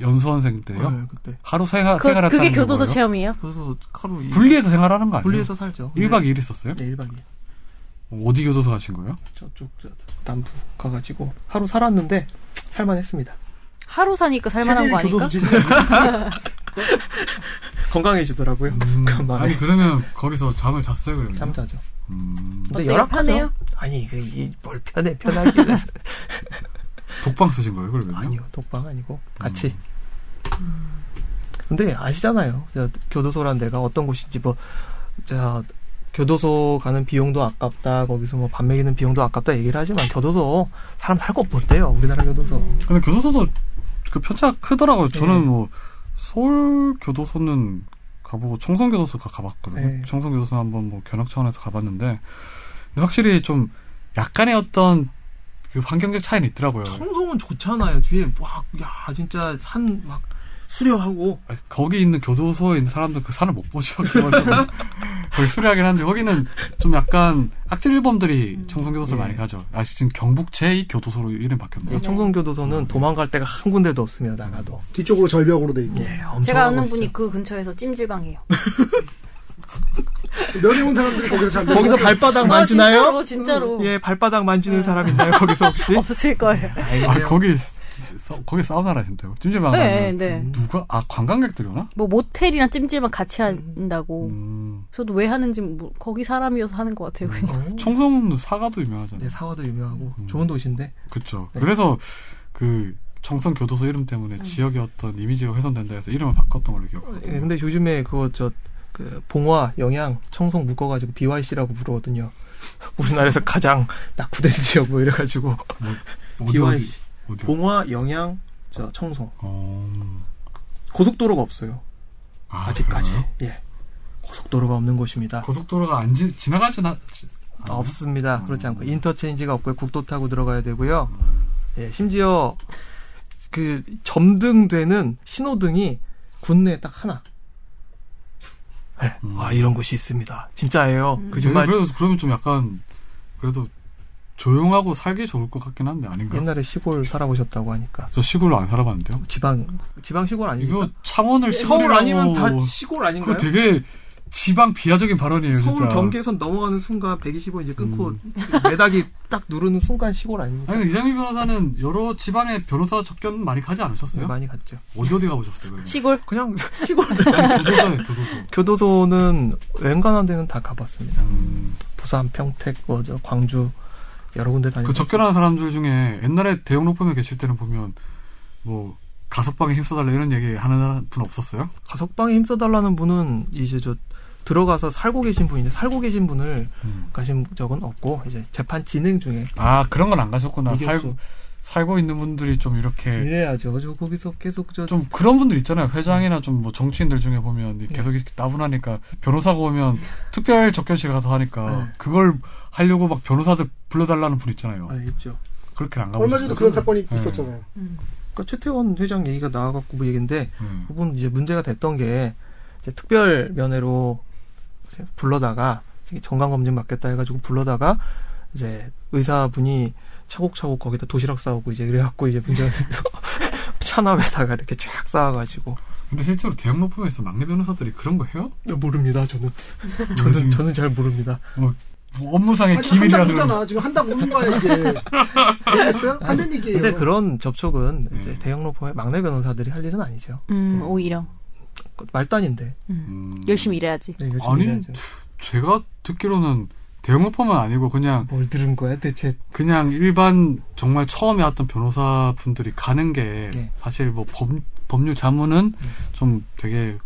A: 연수원생 때요.
D: 네, 그때
A: 하루 생활
C: 그,
A: 생활했다는
C: 그게 교도소
A: 거예요?
C: 체험이에요?
D: 그래서 하루 이-
A: 분리해서 생활하는 거 아니에요?
D: 분리해서 살죠.
A: 1박 2일 있었어요?
D: 네, 1박 2일.
A: 어디 교도소 가신 거예요?
D: 저쪽 저 남부 가가지고 하루 살았는데 살만했습니다.
C: 하루 사니까 살만한 거 아닐까?
D: 건강해지더라고요. 간만에
A: 아니 그러면 거기서 잠을 잤어요 그러면?
D: 잠자죠.
A: 음,
D: 근데
C: 어때요? 편해요?
D: 아니 그이뭘 편해 편하게 해서.
A: 독방 쓰신 거예요 그러면요?
D: 아니요 독방 아니고 같이. 음. 근데 아시잖아요. 저 교도소란 데가 어떤 곳인지 뭐, 자, 교도소 가는 비용도 아깝다, 거기서 뭐 밥 먹이는 비용도 아깝다 얘기를 하지만 교도소 사람 살곳 못대요. 우리나라 교도소.
A: 근데 교도소도 그 편차가 크더라고요. 저는
D: 예.
A: 뭐 서울 교도소는 가보고 청송 교도소 가- 가봤거든요.
D: 네.
A: 청송 교도소 한번 뭐 견학 차원에서 가봤는데 근데 확실히 좀 약간의 어떤 그 환경적 차이는 있더라고요.
D: 청송은 좋잖아요. 뒤에 막, 야, 진짜 산 막 수려하고.
A: 아니, 거기 있는 교도소에 있는 사람들 그 산을 못 보죠. 기본적으로. 거의 수리하긴 한데 거기는 좀 약간
D: 음.
A: 악질범들이 청송교도소를
D: 네.
A: 많이 가죠. 아 지금 경북 제2 교도소로 이름 바뀌었네요.
D: 이 청송교도소는 도망갈 데가 한 군데도 없습니다, 나가도.
B: 뒤쪽으로 절벽으로 돼 있고
D: 예, 엄청.
C: 제가 아는 분이 그 근처에서 찜질방이에요.
B: 면회 온 사람들이 거기서 잠들
D: 음. 거기서 발바닥 만지나요?
C: 아, 진짜로 진짜로
D: 아, 어, 예, 발바닥 만지는 사람 있나요? 거기서 혹시?
C: 없을 거예요.
A: 아
D: 네.
A: 거기 서- 거기 사우나라 진짜요. 찜질방
C: 네,
A: 가면
C: 네.
A: 누가 아 관광객들이 오나?
C: 뭐 모텔이랑 찜질방 같이 한다고.
A: 음,
C: 저도 왜 하는지 모- 거기 사람이어서 하는 것 같아요. 그냥.
D: 어,
A: 청송은 사과도 유명하잖아요.
D: 네, 사과도 유명하고 좋은 도시인데.
A: 그렇죠.
D: 네. 음.
A: 그래서 그 청성 교도소 이름 때문에 지역의 어떤 이미지가 훼손된다 해서 이름을 바꿨던 걸로
D: 예,
A: 기억해요.
D: 근데 요즘에 그거 저 그 봉화, 영양, 청송 묶어가지고 BYC라고 부르거든요. 우리나라에서 가장 낙후된 지역 뭐 이래가지고
A: 어디 어디 어디?
D: 봉화, 영양, 저 청송
A: 어,
D: 고속도로가 없어요.
A: 아,
D: 아직까지
A: 그래요?
D: 예 고속도로가 없는 곳입니다.
A: 고속도로가 안 지, 지나가진 않, 지-
D: 아, 없습니다. 그렇지 않고 인터체인지가 없고요. 국도 타고 들어가야 되고요. 예, 심지어 그 점등되는 신호등이 국내에 딱 하나. 예,
A: 음.
D: 아 이런 곳이 있습니다. 진짜예요. 그 정말
A: 그래도 그러면 좀 약간 그래도 조용하고 살기 좋을 것 같긴 한데 아닌가?
D: 옛날에 시골 살아보셨다고 하니까
A: 저 시골로 안 살아봤는데요.
D: 지방 지방 시골 예, 아닙니까?
A: 이거 창원을
D: 서울
A: 시골이라고-
D: 아니면 다 시골
A: 그거
D: 아닌가요?
A: 되게 지방 비하적인 발언이에요.
D: 서울
A: 진짜.
D: 경계선 넘어가는 순간 125 이제 끊고 매닥이 딱 누르는 순간 시골 음. 아닙니까?
A: 아니 이장민 변호사는 여러 집안의 변호사 접견 많이 가지 않으셨어요?
D: 네, 많이 갔죠.
A: 어디 어디 가보셨어요? 그러면?
C: 시골
D: 그냥 시골
A: 아니, 교도소예요, 교도소.
D: 교도소는 웬간한 데는 다 가봤습니다.
A: 음,
D: 부산, 평택, 뭐, 저, 광주 여러 군데 다니고
A: 그 접견하는 사람들 중에 옛날에 대형 로펌에 계실 때는 보면 뭐 가석방에 힘써달라 이런 얘기 하는 분 없었어요?
D: 가석방에 힘써달라는 분은 이제 저 들어가서 살고 계신 분인데 살고 계신 분을
A: 음.
D: 가신 적은 없고 이제 재판 진행 중에
A: 아 그런 건 안 가셨구나.
D: 이게
A: 살고 살고 있는 분들이 좀 이렇게
D: 이래야죠. 저 거기서 계속 저
A: 좀 그런 분들 있잖아요. 회장이나 좀 뭐 정치인들 중에 보면
B: 네.
A: 이 계속 이렇게 따분하니까 변호사가 오면 특별 접견실 가서 하니까
D: 네.
A: 그걸 하려고 막 변호사들 불러달라는 분 있잖아요.
D: 아, 있죠.
A: 그렇게 안 가고
B: 네. 얼마 전에도 그런 사건이
A: 네.
B: 있었잖아요.
D: 그러니까 최태원 회장 얘기가 나와갖고 뭐 얘긴데
A: 음.
D: 그분 이제 문제가 됐던 게 이제 특별 면회로 이제 불러다가 이제 건강 검진 받겠다 해가지고 불러다가 이제 의사분이 차곡차곡 거기다 도시락 싸오고 이제 이래갖고 이제 문제가 돼서 차나에다가 이렇게 쫙 쌓아가지고
A: 근데 실제로 대형 로펌에서 막내 변호사들이 그런 거 해요?
D: 네, 모릅니다 저는
A: 요즘-
D: 저는 저는 잘 모릅니다
A: 뭐 업무상의
B: 아직 한달
A: 기밀이라도
B: 보잖아. 지금 한달 보는 거야 이게. 알겠어요? 하는 얘기예요. 뭐.
D: 근데
A: 네,
D: 그런 접촉은
A: 음.
D: 이제 대형 로펌의 막내 변호사들이 할 일은 아니죠
C: 음, 오히려
D: 말단인데
A: 음.
C: 열심히 일해야지.
D: 네, 요즘
A: 아니.
D: 일해야죠.
A: 제가 듣기로는 대형 로펌은 아니고 그냥
D: 뭘 들은 거야 대체
A: 그냥 일반 정말 처음에 왔던 변호사 분들이 가는 게
D: 네.
A: 사실 뭐 법, 법률 자문은
B: 네.
A: 좀 되게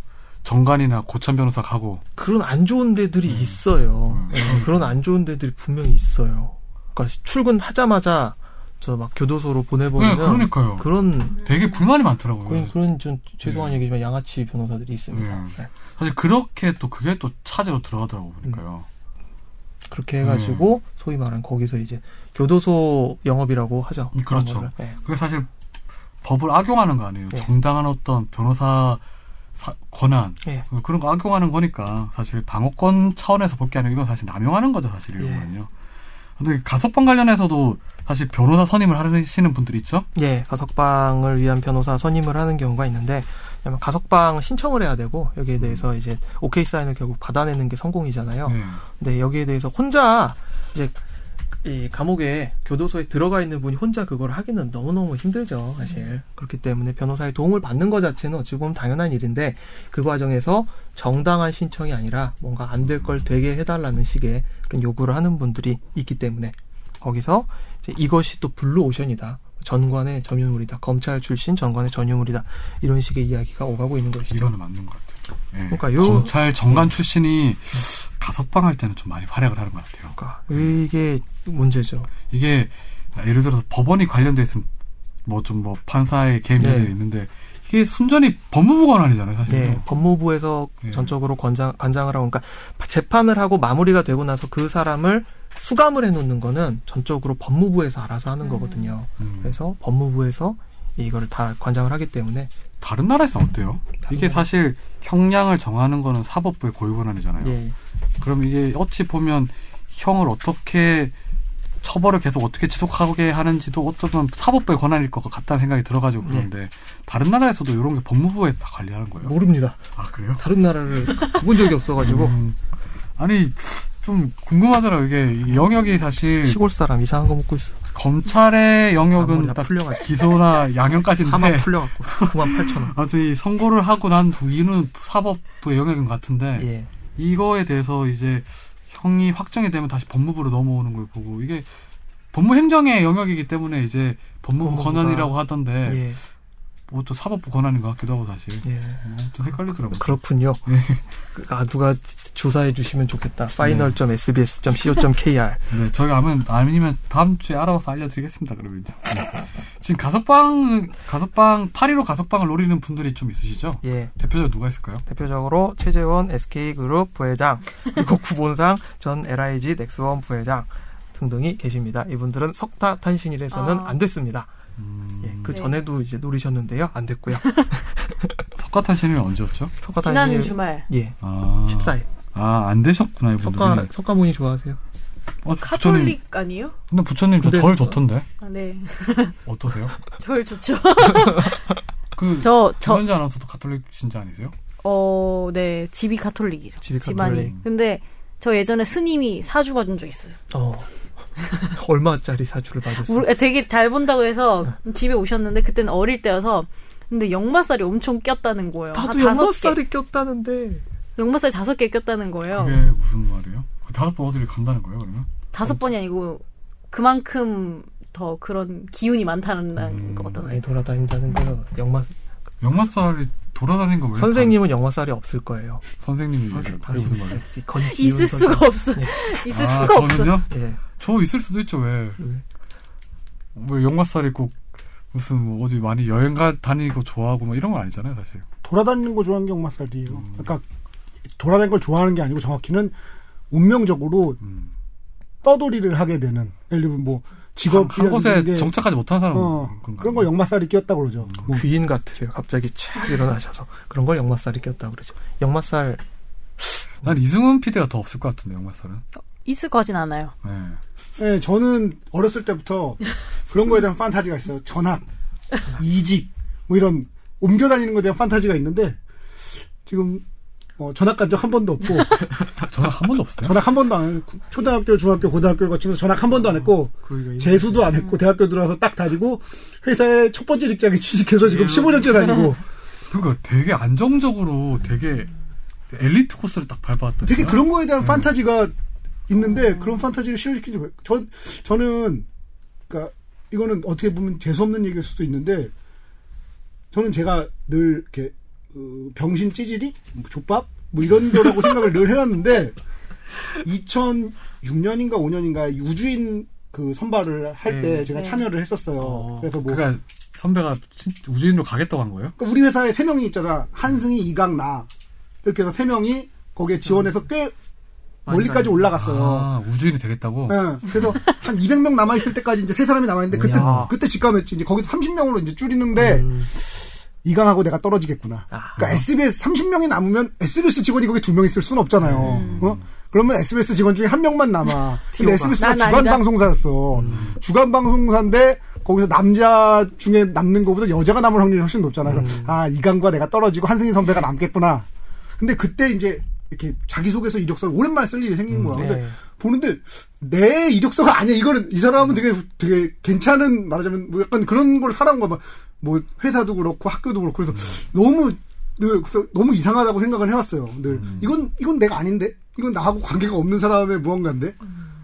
A: 정관이나 고참 변호사 가고
D: 그런 안 좋은 데들이
A: 음.
D: 있어요. 예, 그런 안 좋은 데들이 분명히 있어요. 그러니까 출근하자마자 저 막 교도소로
A: 네,
D: 보내버리는
A: 그러니까요. 음.
D: 그런
A: 되게 불만이 많더라고요. 예.
D: 그런 그런 좀 죄송한 얘기지만 양아치 변호사들이 있습니다.
A: 음.
D: 네.
A: 사실 그렇게 또 그게 또 차제로 들어가더라고 보니까요.
D: 그렇게 해가지고
A: 음.
D: 소위 말하는 거기서 이제 교도소 영업이라고 하죠.
A: 음, 그렇죠.
D: 그런 거를. 예.
A: 그게 사실 법을 악용하는 거 아니에요.
D: 네.
A: 정당한 어떤 변호사 사- 권한
D: 예.
A: 어, 그런 거 악용하는 거니까 사실 방어권 차원에서 볼 게 아니고 이건 사실 남용하는 거죠 사실 이런
D: 예.
A: 거는요. 근데 그 가석방 관련해서도 사실 변호사 선임을 하시는 분들 있죠.
D: 예, 가석방을 위한 변호사 선임을 하는 경우가 있는데 아마 가석방 신청을 해야 되고 여기에
A: 음.
D: 대해서 이제 오케이 사인을 결국 받아내는 게 성공이잖아요.
A: 네.
D: 네, 여기에 대해서 혼자 이제 이 감옥에 교도소에 들어가 있는 분이 혼자 그걸 하기는 너무너무 힘들죠, 사실. 그렇기 때문에 변호사의 도움을 받는 것 자체는 어찌 보면 당연한 일인데 그 과정에서 정당한 신청이 아니라 뭔가 안 될 걸 되게 해달라는 식의 그런 요구를 하는 분들이 있기 때문에 거기서 이제 이것이 또 블루오션이다. 전관의 전유물이다. 검찰 출신 전관의 전유물이다. 이런 식의 이야기가 오가고 있는 것이죠.
A: 이거는 맞는 것 같아요. 예.
D: 그러니까 요- 네.
A: 검찰 정관 출신이 가석방 할 때는 좀 많이 활약을 하는 것 같아요.
D: 그러니까 이게 문제죠.
A: 이게 예를 들어서 법원이 관련돼 있으면 뭐 좀 뭐 판사의 개입이
D: 네.
A: 있는데 이게 순전히 법무부 권한이잖아요, 사실.
D: 네,
A: 은
D: 법무부에서
A: 예.
D: 전적으로 권장, 관장을 하고, 그러니까 재판을 하고 마무리가 되고 나서 그 사람을 수감을 해놓는 거는 전적으로 법무부에서 알아서 하는 거거든요.
A: 음.
D: 그래서 법무부에서 이거를 다 관장을 하기 때문에
A: 다른 나라에서는 어때요? 이게
D: 나라.
A: 사실 형량을 정하는 거는 사법부의 고유 권한이잖아요.
D: 예,
A: 그럼 이게 어찌 보면 형을 어떻게 처벌을 계속 어떻게 지속하게 하는지도 어쩌면 사법부의 권한일 것 같다는 생각이 들어가지고
D: 네.
A: 그런데 다른 나라에서도 이런 게 법무부에 다 관리하는 거예요.
D: 모릅니다.
A: 아 그래요?
D: 다른 나라를 본 적이 없어가지고
A: 음, 아니 좀 궁금하더라고 요 이게 영역이 사실
D: 시골 사람 이상한 거 먹고 있어.
A: 검찰의
D: 아무리
A: 영역은 네.
D: 다
A: 딱
D: 풀려가지고
A: 기소나 양형까지인데
D: 하만 풀려갖고 9만 8천 원.
A: 아무튼 이 선고를 하고 난 뒤는 사법부의 영역인 것 같은데
D: 예,
A: 이거에 대해서 이제 형이 확정이 되면 다시 법무부로 넘어오는 걸 보고 이게 법무 행정의 영역이기 때문에 이제 법무부
D: 법무부가-
A: 권한이라고 하던데
D: 예,
A: 뭐 또 사법부 권한인 것 같기도 하고 사실
D: 예.
A: 좀 헷갈리더라고요.
D: 그렇군요.
A: 예.
D: 그- 아 누가 조사해 주시면 좋겠다. final.sbs.co.kr
A: 네, 저희가 아면 아니면 다음 주에 알아봐서 알려드리겠습니다. 그러면 이제 네. 지금 가석방 가석방 8.15 가석방을 노리는 분들이 좀 있으시죠?
D: 예.
A: 대표적으로 누가 있을까요?
D: 대표적으로 최재원 SK그룹 부회장 그리고 구본상 전 LIG 넥스원 부회장 등등이 계십니다. 이분들은 석타 탄신일에서는
C: 아.
D: 안 됐습니다.
A: 음.
D: 예, 그
C: 네.
D: 전에도 이제 노리셨는데요, 안 됐고요.
A: 석가탄 신은 언제였죠?
D: 석가
C: 지난
D: 탄신일
C: 주말
D: 예,
A: 아, 네,
D: 14일.
A: 아안 되셨구나 이분들이.
D: 석가 석가모니 좋아하세요?
A: 어, 부처님.
C: 카톨릭 아니에요?
A: 근데 부처님 저
D: 근데-
A: 절 좋던데
C: 아, 네.
A: 어떠세요?
C: 절 좋죠.
A: 그
C: 저, 저,
A: 전현지 아나운서도 가톨릭 신자 아니세요?
C: 어, 네. 집이 가톨릭이죠.
D: 집이
C: 집안이.
D: 가톨릭.
C: 근데 저 예전에 스님이 사주 받은 적 있어요.
D: 어. 얼마짜리 사주를 받았어요? 아,
C: 우리- 되게 잘 본다고 해서 집에 오셨는데 그때는 어릴 때여서 근데 영마살이 엄청 꼈다는 거예요. 한
D: 나도
C: 다섯
D: 여섯 살이 꼈다는데
C: 개. 영마살 다섯 개 꼈다는 거예요.
A: 그게 무슨 말이에요? 그 다섯 번 어디를 간다는 거예요 그러면?
C: 다섯 번이 아니고 그만큼 더 그런 기운이 많다는 거거든요.
D: 많이 돌아다닌다는 거 영마
A: 음. 영마살이 돌아다닌 거왜
D: 선생님은 영마살이 없을 거예요.
A: 선생님이 음, 그게 무슨
D: 당신은
A: 말이에요?
D: 건지운
C: 있을
D: 선생-
C: 수가 없어. 있을
A: 아,
C: 수가 없어.
A: 저는요?
D: 예.
A: 저 있을 수도 있죠 왜?
D: 왜?
A: 왜 영마살이 꼭 무슨 뭐 어디 많이 여행 가 다니고 좋아하고 막 이런 건 아니잖아요 사실.
B: 돌아다니는 거 좋아하는 경우만 살이에요. 그러니까 돌아다니는 걸 좋아하는 게 아니고 정확히는 운명적으로
A: 음.
B: 떠돌이를 하게 되는 예를 들면 뭐
A: 한,
B: 직업
A: 한 곳에 정착하지 못한 사람
B: 어, 그런 거 역마살이 끼었다고 그러죠.
A: 음.
B: 뭐
D: 음. 귀인 같으세요. 갑자기 촥 일어나셔서 그런 걸 역마살이 꼈다 그러죠. 역마살
A: 난 이승훈 PD가 더 없을 것 같은데 영마살은.
C: 있을 거진 않아요.
A: 네.
B: 네, 저는 어렸을 때부터 그런 거에 대한 판타지가 있어요. 전학, 이직, 뭐 이런 옮겨 다니는 거에 대한 판타지가 있는데 지금 어, 전학 간 적 한 번도 없고
A: 저는 한 번도 없어요.
B: 전학 한 번도 안 했고 초등학교, 중학교, 고등학교를 거치면서 전학 한 번도 안 했고 재수도 안 했고 대학교 들어와서 딱 다니고 회사의 첫 번째 직장에 취직해서 지금 15년째 다니고
A: 그러니까 되게 안정적으로 되게 엘리트 코스를 딱 밟아왔던.
B: 되게 그렇죠, 그런 거에 대한 판타지가 있는데 그런 판타지를 실현시키지 왜- 저 저는 그러니까 이거는 어떻게 보면 재수 없는 얘기일 수도 있는데 저는 제가 늘 이렇게 어, 병신 찌질이 뭐 족밥 뭐 이런 거라고 생각을 늘 해왔는데 2006년인가 5년인가 우주인 그 선발을 할 때
D: 네.
B: 제가
C: 네.
B: 참여를 했었어요. 그래서 뭐
A: 그러니까 선배가 진- 우주인으로 가겠다고 한 거예요?
B: 그러니까 우리 회사에 세 명이 있잖아. 한승희, 이강, 나 이렇게 해서 세 명이 거기에 지원해서 꽤 멀리까지
D: 많이
B: 올라갔어요.
A: 아, 우주인이 되겠다고?
D: 어.
B: 예, 그래서 한 200명 남아 있을 때까지 이제 세 사람이 남아 있는데 그때
D: 야. 음.
B: 그때 직감했지. 이제 거기서 30명으로 이제 줄이는데 이강하고 내가 떨어지겠구나.
D: 아.
B: 그러니까 SBS 30명이 남으면 SBS 직원이 거기 두 명 있을 순 없잖아요. 어? 그러면 SBS 직원 중에 한 명만 남아. 근데
D: 음. 티오가.
B: SBS가
C: 난
B: 주간
C: 아니다.
B: 방송사였어. 주간 방송사인데 거기서 남자 중에 남는 것보다 여자가 남을 확률이 훨씬 높잖아. 그래서 아 이강과 내가 떨어지고 한승희 선배가 남겠구나. 근데 그때 이제 이렇게 자기소개서 이력서를 오랜만에 쓸 일이 생긴 거야. 근데
D: 네.
B: 보는데 내 이력서가 아니야. 이거는 이 사람은 되게 되게 괜찮은 말하자면 뭐 약간 그런 걸 살아온 거야. 막뭐 회사도 그렇고 학교도 그렇고 그래서 너무 늘 그래서 너무 이상하다고 생각을 해왔어요. 늘 이건 이건 내가 아닌데 이건 나하고 관계가 없는 사람의 무언가인데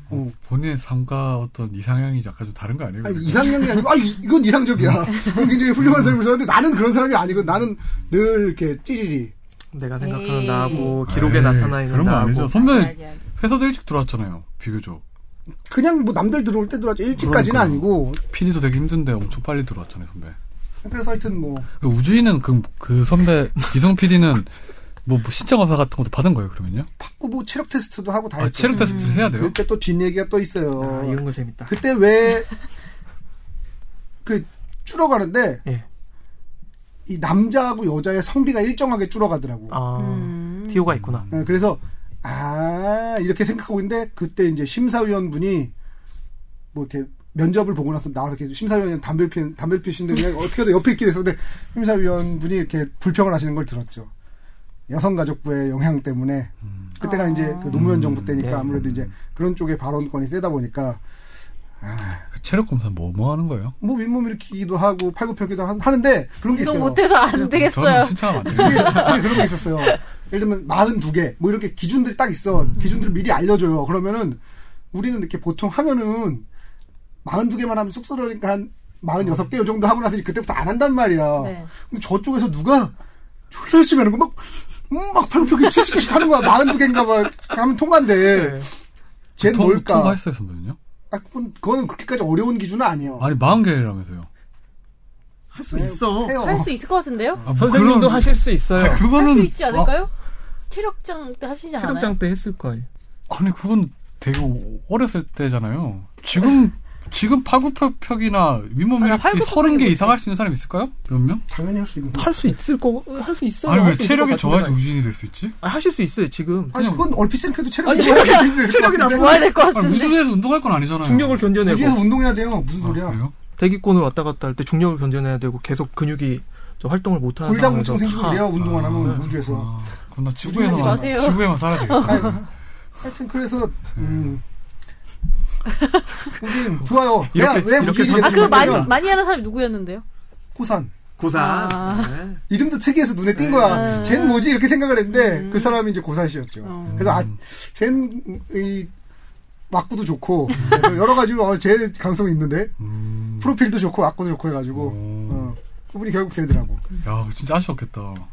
B: 어.
A: 본인의 삶과 어떤 이상향이 약간 좀 다른 거 아니에요?
B: 아니, 이상형이 아니고 아 이- 이건 이상적이야. 이건 굉장히 훌륭한 사람을 썼는데 나는 그런 사람이 아니고 나는 늘 이렇게 찌질이
D: 내가
C: 에이.
D: 생각하는 나하고 음. 기록에
A: 에이,
D: 나타나 있는
A: 그런 거
D: 나하고
A: 아니죠. 선배 회사도 일찍 들어왔잖아요. 비교적.
B: 그냥 뭐 남들 들어올 때 들어왔죠. 일찍까지는
A: 그러니까요.
B: 아니고
A: PD도 되게 힘든데 엄청 빨리 들어왔잖아요, 선배.
B: 그래서 하여튼 뭐
A: 그 우주인은 그, 그 선배 이성 PD는 뭐, 뭐 신청 검사 같은 것도 받은 거예요 그러면요?
B: 탁구부 체력 테스트도 하고 다
A: 아,
B: 했죠.
A: 체력 테스트를 해야 돼요?
B: 그때 또 뒷얘기가 또 있어요.
D: 아, 이런 거 재밌다.
B: 그때 왜 그 줄어가는데
D: 예.
B: 이 남자하고 여자의 성비가 일정하게 줄어가더라고.
D: 아,
C: 음.
D: 티오가 있구나.
B: 예, 그래서 아 이렇게 생각하고 있는데 그때 이제 심사위원분이 뭐 이렇게 면접을 보고 나서 나와서 이렇게 심사위원이 담배 피 담배 피시는데 그냥 어떻게든 옆에 있긴 했어. 근데 심사위원분이 이렇게 불평을 하시는 걸 들었죠. 여성가족부의 영향 때문에 그때가
C: 아.
B: 이제 그 노무현 정부
D: 네.
B: 때니까 아무래도 이제 그런 쪽에 발언권이 세다 보니까 아,
A: 그 체력 검사 뭐 뭐 하는 거예요?
B: 뭐 윗몸 일으키기도 하고 팔굽혀기도 하- 하는데 그런 게
C: 운동
B: 있어요.
C: 못해서 안
A: 저는
C: 되겠어요.
A: 신청하면 안 돼요.
B: 근데, 근데 그런 게 있었어요. 예를 들면 42개 뭐 이렇게 기준들이 딱 있어.
D: 음.
B: 기준들을 미리 알려줘요. 그러면은 우리는 이렇게 보통 하면은 42개만 하면 쑥스러우니까 한 46개 요 정도 하고 나서 이제 그때부터 안 한단 말이야.
C: 네.
B: 근데 저쪽에서 누가 졸라 열심히 하는 거 막, 음, 막 팔굽혀기 70개씩 하는 거야. 42개인가 봐. 하면
D: 네.
B: 통과인데. 쟤
A: 통-
B: 뭘까?
A: 통과했어요 선배는요?
B: 아, 그건, 그건 그렇게까지 어려운 기준은 아니에요.
A: 아니 40개라면서요
D: 할 수 있어.
B: 해요.
C: 할 수 있을 것 같은데요?
A: 아,
D: 선생님도
A: 그런-
D: 하실 수 있어요.
A: 아니,
C: 할 수
A: 그거는
C: 있지 않을까요? 체력장 때 하시지 않아요?
D: 체력장 때 했을 거예요.
A: 아, 아니 그건 되게 어렸을 때잖아요 지금 지금 팔굽혀펴기나 윗몸
C: 아니,
A: 일으키기
C: 팔굽혀펴기 뭐
A: 서른 개
C: 못해.
A: 이상 할 수 있는 사람 있을까요? 몇 명?
B: 당연히 할 수 있는 거.
D: 할 수 있을 거, 할 수 있어요.
A: 아니
D: 할
A: 왜
D: 수 있을 것
A: 체력이
D: 같은데
A: 좋아야지
D: 나-
A: 우진이 될 수 있지?
D: 아, 하실 수 있어요, 지금.
B: 아니,
A: 그냥-
B: 그건 얼핏 생각해도 체력이
D: 아니,
B: 좋아야
D: 체력이-
B: 되는데
D: 체력이
B: 그거
C: 모아야 될 것
A: 아니
C: 같은데.
A: 우주에서 운동할 건 아니잖아요
D: 중력을 견뎌내고.
B: 우주에서 그 운동해야 돼요. 무슨
A: 아,
B: 소리야.
A: 그래요?
D: 대기권을 왔다 갔다 할 때 중력을 견뎌내야 되고 계속 근육이 저 활동을 못 하는
B: 골다공증 생기고
D: 다-
B: 그래요. 운동 안 하면
A: 아,
B: 우주에서. 네.
A: 아, 그럼 나
C: 하지
A: 지구에서만
C: 마세요.
A: 지구에만 살아야 되겠다
B: 하여튼 그래서 음. 선생님 좋아요.
D: 이렇게-
B: 왜, 왜
D: 이렇게
B: 우주인이
D: 선택-
C: 아,
B: 됐는지
C: 그 많이,
B: 모르면
C: 많이 하는 사람이 누구였는데요?
B: 호산
D: 고산.
C: 아.
D: 네.
B: 이름도 특이해서 눈에 띈 거야.
C: 음.
B: 쟨 뭐지 이렇게 생각을 했는데
C: 음.
B: 그 사람이 이제 고산 씨였죠.
C: 어.
B: 그래서 아, 쟨의 왁구도 좋고 그래서 여러 가지로 어, 제 가능성이 있는데
A: 음.
B: 프로필도 좋고 왁구도 좋고 해가지고
A: 오.
B: 어, 그분이 결국 되더라고.
A: 야 진짜 아쉬웠겠다
B: 뭐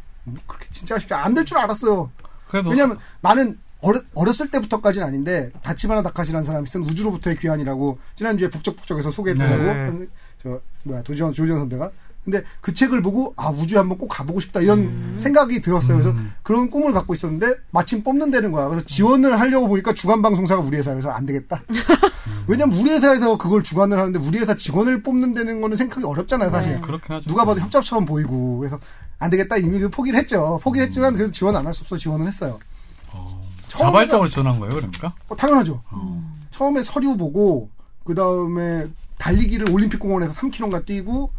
B: 그렇게 진짜 쉽지 안 될 줄 알았어요.
A: 그래서
B: 왜냐면 나는 어렸, 어렸을 때부터까지는 아닌데 다치바나 다카시라는 사람이 쓴 우주로부터의 귀환이라고 지난주에 북적북적에서 소개했다고
D: 네.
B: 한- 저 뭐야 도지원 조지원 선배가 근데 그 책을 보고 아 우주에 한번 꼭 가보고 싶다 이런 생각이 들었어요. 그래서 그런 꿈을 갖고 있었는데 마침 뽑는다는 거야. 그래서 지원을 하려고 보니까 주간 방송사가 우리 회사에서 안 되겠다. 왜냐면 우리 회사에서 그걸 주관을 하는데 우리 회사 직원을 뽑는다는 거는 생각이 어렵잖아요, 사실.
C: 네.
A: 그렇긴 하죠
B: 누가 봐도 협잡처럼 보이고 그래서 안 되겠다 이미 그 포기를 했죠. 포기를 했지만 그래도 지원 안 할 수 없어 지원을 했어요. 처음에는-
A: 자발적으로 지원한 거예요 그러니까?
B: 어, 당연하죠. 처음에 서류 보고 그 다음에 달리기를 올림픽 공원에서 3km가 뛰고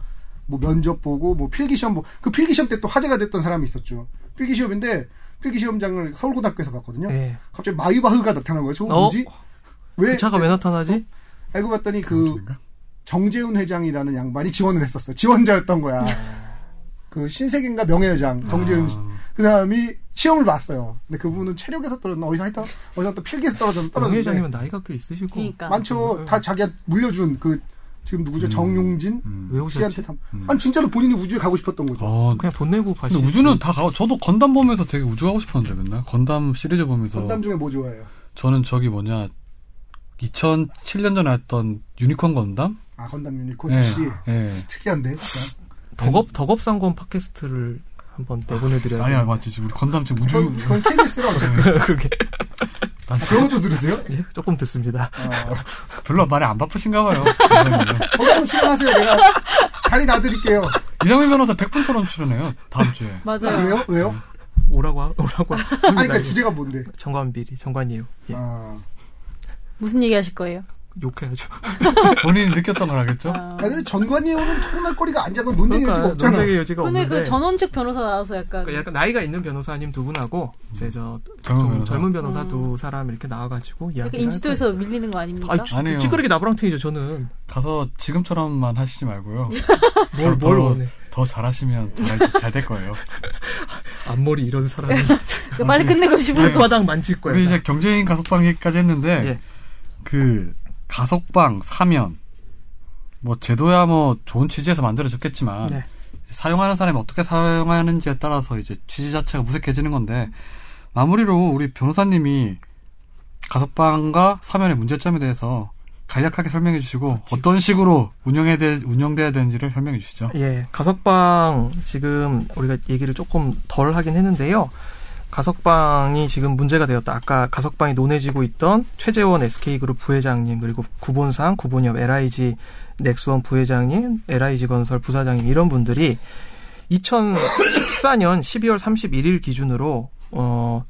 B: 뭐 면접 보고 뭐 필기 시험 보고 그 필기 시험 때 또 화제가 됐던 사람이 있었죠. 필기 시험인데 필기 시험장을 서울고등학교에서 봤거든요.
D: 예.
B: 갑자기 마이바흐가 나타난 거예요. 저거
D: 어?
B: 뭐지? 왜
D: 그 차가 왜 나타나지?
B: 알고 봤더니 그 정재훈 회장이라는 양반이 지원을 했었어. 지원자였던 거야.
A: 네.
B: 그 신세계인가 명예회장 정재훈 씨.
A: 아.
B: 그 사람이 시험을 봤어요. 근데 그분은 체력에서 떨어졌나 어디서 하여튼 어디서 또 필기에서 떨어졌나
D: 강
B: 떨어졌는데
D: 회장이면 나이가 꽤 네. 있으실 거.
A: 음,
C: 그러니까.
B: 많죠. 다 자기가 물려준 그 지금 누구죠? 정용진
D: 왜
B: 씨한테
D: 오셨지?
B: 다. 아니 진짜로 본인이 우주에 가고 싶었던 거죠.
A: 음. 어,
D: 그냥 돈 내고 네.
A: 근데
D: 가시죠.
A: 우주는 다 가고 저도 건담 보면서 되게 우주 가고 싶었는데 맨날 건담 시리즈 보면서
B: 건담 중에 뭐 좋아해요?
A: 저는 저기 뭐냐 2007년 전에 했던 유니콘 건담?
B: 아 건담 유니콘
A: 예.
B: 씨
A: 예.
B: 특이한데. 진짜.
D: 덕업 덕업상권 팟캐스트를 한번 내보내드려야 돼요.
A: 아니야 맞지 지금 우리 건담 지금 우주
B: 그건, 그건 케미스로 어차피
D: 그게
A: 난
B: 그런 것도 들으세요?
D: 예, 조금 듣습니다.
A: 어.
B: 아,
A: 별로 말이 안 바쁘신가 봐요
B: 건담으로 출연하세요. 내가 다리 놔드릴게요.
A: 이상민 변호사 100분 토론 출연해요 다음 주에
B: 아,
C: 맞아요.
B: 그래요? 왜요?
D: 오라고 하, 오라고.
B: 아니 그러니까 주제가 뭔데?
D: 정관비리 정관이에요. 네. 예.
B: 아,
C: 무슨 얘기 하실 거예요?
D: 욕해야죠.
A: 본인이 느꼈던 걸 알겠죠?
C: 아.
B: 아니, 근데 전관예우는 토론할 거리가 아니잖아. 논쟁의 여지가 없잖아.
D: 논쟁의 그러니까 여지가
C: 근데
D: 없는데.
C: 그 전원책 변호사 나와서 약간.
D: 그러니까 약간 나이가 있는 변호사님 두 분하고 이제 저
A: 젊은
D: 좀
A: 변호사.
D: 젊은 음, 변호사 두 사람 이렇게 나와가지고
C: 음. 약간
D: 이야기를
C: 인지도에서 밀리는 거 아닙니까?
D: 할 거예요. 아니,
A: 아니에요.
D: 찌- 찌끄러기 나부랑탱이죠 저는
A: 가서 지금처럼만 하시지 말고요 더,
D: 뭘, 뭘
A: 더-
D: 원해
A: 더 잘하시면 잘 될 거예요
D: 앞머리 이런 사람이
C: 그러니까 빨리 끝내고 싶을 것
D: 물바닥 만질 거야
A: 우리 이제 경제인 가석방 얘기까지 했는데
D: 예.
A: 그 가석방 사면 뭐 제도야 뭐 좋은 취지에서 만들어졌겠지만
D: 네.
A: 사용하는 사람이 어떻게 사용하는지에 따라서 이제 취지 자체가 무색해지는 건데 마무리로 우리 변호사님이 가석방과 사면의 문제점에 대해서 간략하게 설명해 주시고 어떤 식으로 운영에 대 운영돼야 되는지를 설명해 주시죠.
D: 예, 가석방 지금 우리가 얘기를 조금 덜 하긴 했는데요. 가석방이 지금 문제가 되었다. 아까 가석방이 논해지고 있던 최재원 SK그룹 부회장님 그리고 구본상, 구본협, LIG 넥스원 부회장님, LIG 건설 부사장님 이런 분들이 2014년 12월 31일 기준으로 어,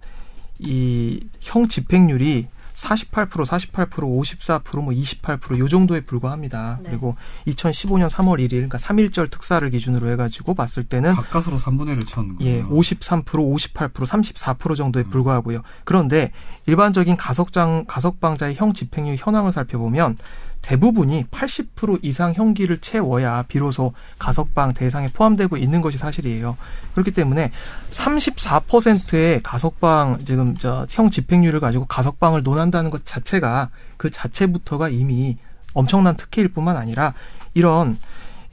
D: 이 형 집행률이 48%, 48%, 54%, 뭐 28%요 정도에 불과합니다.
C: 네.
D: 그리고 2015년 3월 1일, 그러니까 3일절 특사를 기준으로 해가지고 봤을 때는
A: 가까스로 3분의 1을 채우는 거예요.
D: 예, 53%, 58%, 34% 정도에 불과하고요. 그런데 일반적인 가석장 가석방자의 형 집행률 현황을 살펴보면 대부분이 80% 이상 형기를 채워야 비로소 가석방 대상에 포함되고 있는 것이 사실이에요. 그렇기 때문에 34%의 가석방 지금 저 형 집행률을 가지고 가석방을 논한다는 것 자체가 그 자체부터가 이미 엄청난 특혜일 뿐만 아니라 이런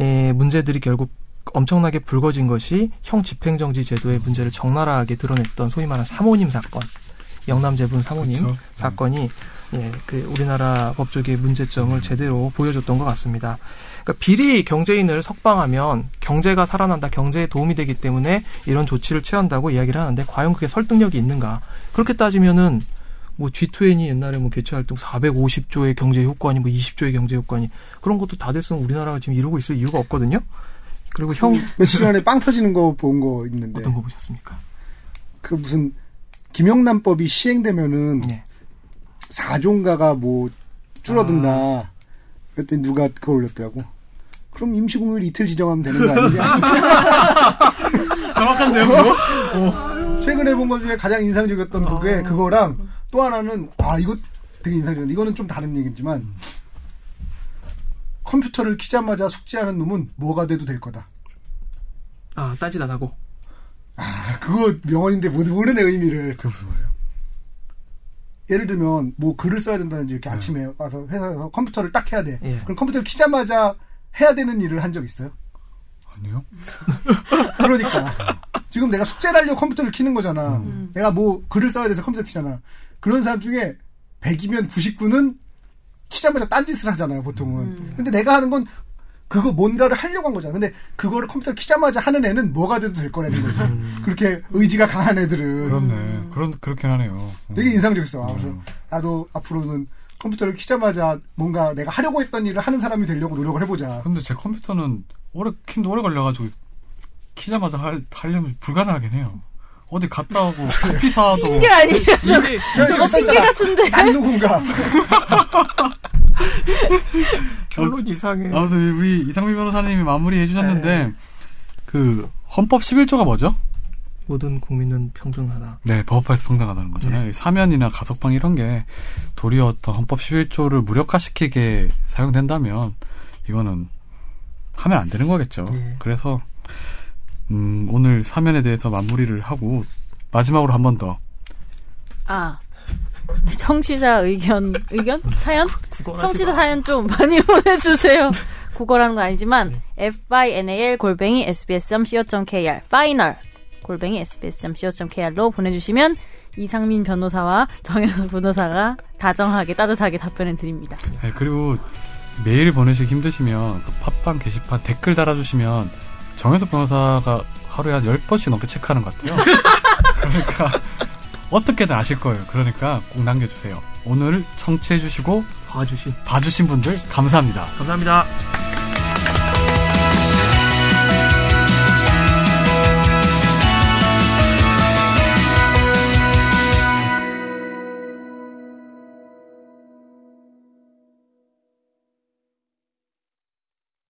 D: 에, 문제들이 결국 엄청나게 불거진 것이 형 집행정지 제도의 문제를 적나라하게 드러냈던 소위 말하는 사모님 사건, 영남 재분 사모님
A: 그렇죠.
D: 사건이 예, 그 우리나라 법조계의 문제점을 제대로 보여줬던 것 같습니다. 그러니까 비리 경제인을 석방하면 경제가 살아난다, 경제에 도움이 되기 때문에 이런 조치를 취한다고 이야기를 하는데 과연 그게 설득력이 있는가? 그렇게 따지면은 뭐 G20이 옛날에 뭐 개최 활동 450조의 경제 효과니 뭐 20조의 경제 효과니 그런 것도 다 됐으면 우리나라가 지금 이러고 있을 이유가 없거든요. 그리고 형
B: 며칠 전에 빵 터지는 거 본 거 있는데
D: 어떤 거 보셨습니까?
B: 그 무슨 김영란법이 시행되면은
A: 네.
D: 예.
B: 사종가가 뭐 줄어든다.
A: 아.
B: 그랬더니 누가 그거 올렸더라고. 그럼 임시공휴일 이틀 지정하면 되는 거 아니냐?
A: 정확한데요, 어. 그거?
B: 최근에 본 것 중에 가장 인상적이었던 그게 그거랑 또 하나는 아 이거 되게 인상적인데 이거는 좀 다른 얘기지만 컴퓨터를 키자마자 숙제하는 놈은 뭐가 돼도 될 거다.
D: 아 따지다 나고
B: 아, 그거 명언인데 모- 모르네 의미를.
A: 그게 무슨 말이에요?
B: 예를 들면 뭐 글을 써야 된다든지 이렇게 아침에 와서 회사에서 컴퓨터를 딱 해야 돼.
D: 예.
B: 그럼 컴퓨터를 키자마자 해야 되는 일을 한 적 있어요?
A: 아니요.
B: 그러니까 지금 내가 숙제를 하려고 컴퓨터를 키는 거잖아. 내가 뭐 글을 써야 돼서 컴퓨터 키잖아. 그런 사람 중에 100이면 99는 키자마자 딴짓을 하잖아요, 보통은. 근데 내가 하는 건 그거 뭔가를 하려고 한 거잖아. 근데 그거를 컴퓨터 키자마자 하는 애는 뭐가 돼도 될 거라는 거지. 그렇게 의지가 강한 애들은
A: 그렇네.
D: 음.
A: 그런 그렇긴 하네요. 음.
B: 되게 인상적이었어. 아, 그래서 나도 앞으로는 컴퓨터를 키자마자 뭔가 내가 하려고 했던 일을 하는 사람이 되려고 노력을 해보자.
A: 근데 제 컴퓨터는 오래 킨도 오래 걸려가지고 키자마자 할, 하려면 불가능하긴 해요. 어디 갔다 오고 커피 사와도
C: 핑계 아니에요?
B: 제가
C: 저 핑계
B: 썼잖아.
C: 같은데.
B: 난 누군가.
D: 결론 이상해.
A: 아무튼 우리 이상민 변호사님이 마무리해 주셨는데 그 헌법 11조가 뭐죠?
D: 모든 국민은 평등하다.
A: 네, 법화에서 평등하다는 거잖아요. 네, 사면이나 가석방 이런 게 도리어 어떤 헌법 11조를 무력화시키게 사용된다면 이거는 하면 안 되는 거겠죠.
D: 예.
A: 그래서 음, 오늘 사면에 대해서 마무리를 하고 마지막으로 한 번 더.
C: 아. 청취자 의견, 의견? 사연?
D: 국어나
C: 청취자 사연 좀 많이 보내주세요. 국어라는 건 아니지만 final 골뱅이 sbs.co.kr final 골뱅이 sbs.co.kr로 보내주시면 이상민 변호사와 정현석 변호사가 다정하게 따뜻하게 답변해 드립니다.
A: 네, 그리고 메일 보내시기 힘드시면 그 팟빵 게시판 댓글 달아주시면 정현석 변호사가 하루에 한 10번씩 넘게 체크하는 것 같아요. 그러니까 어떻게든 아실 거예요. 그러니까 꼭 남겨주세요. 오늘 청취해주시고
D: 봐주신.
A: 봐주신 분들 감사합니다.
D: 감사합니다.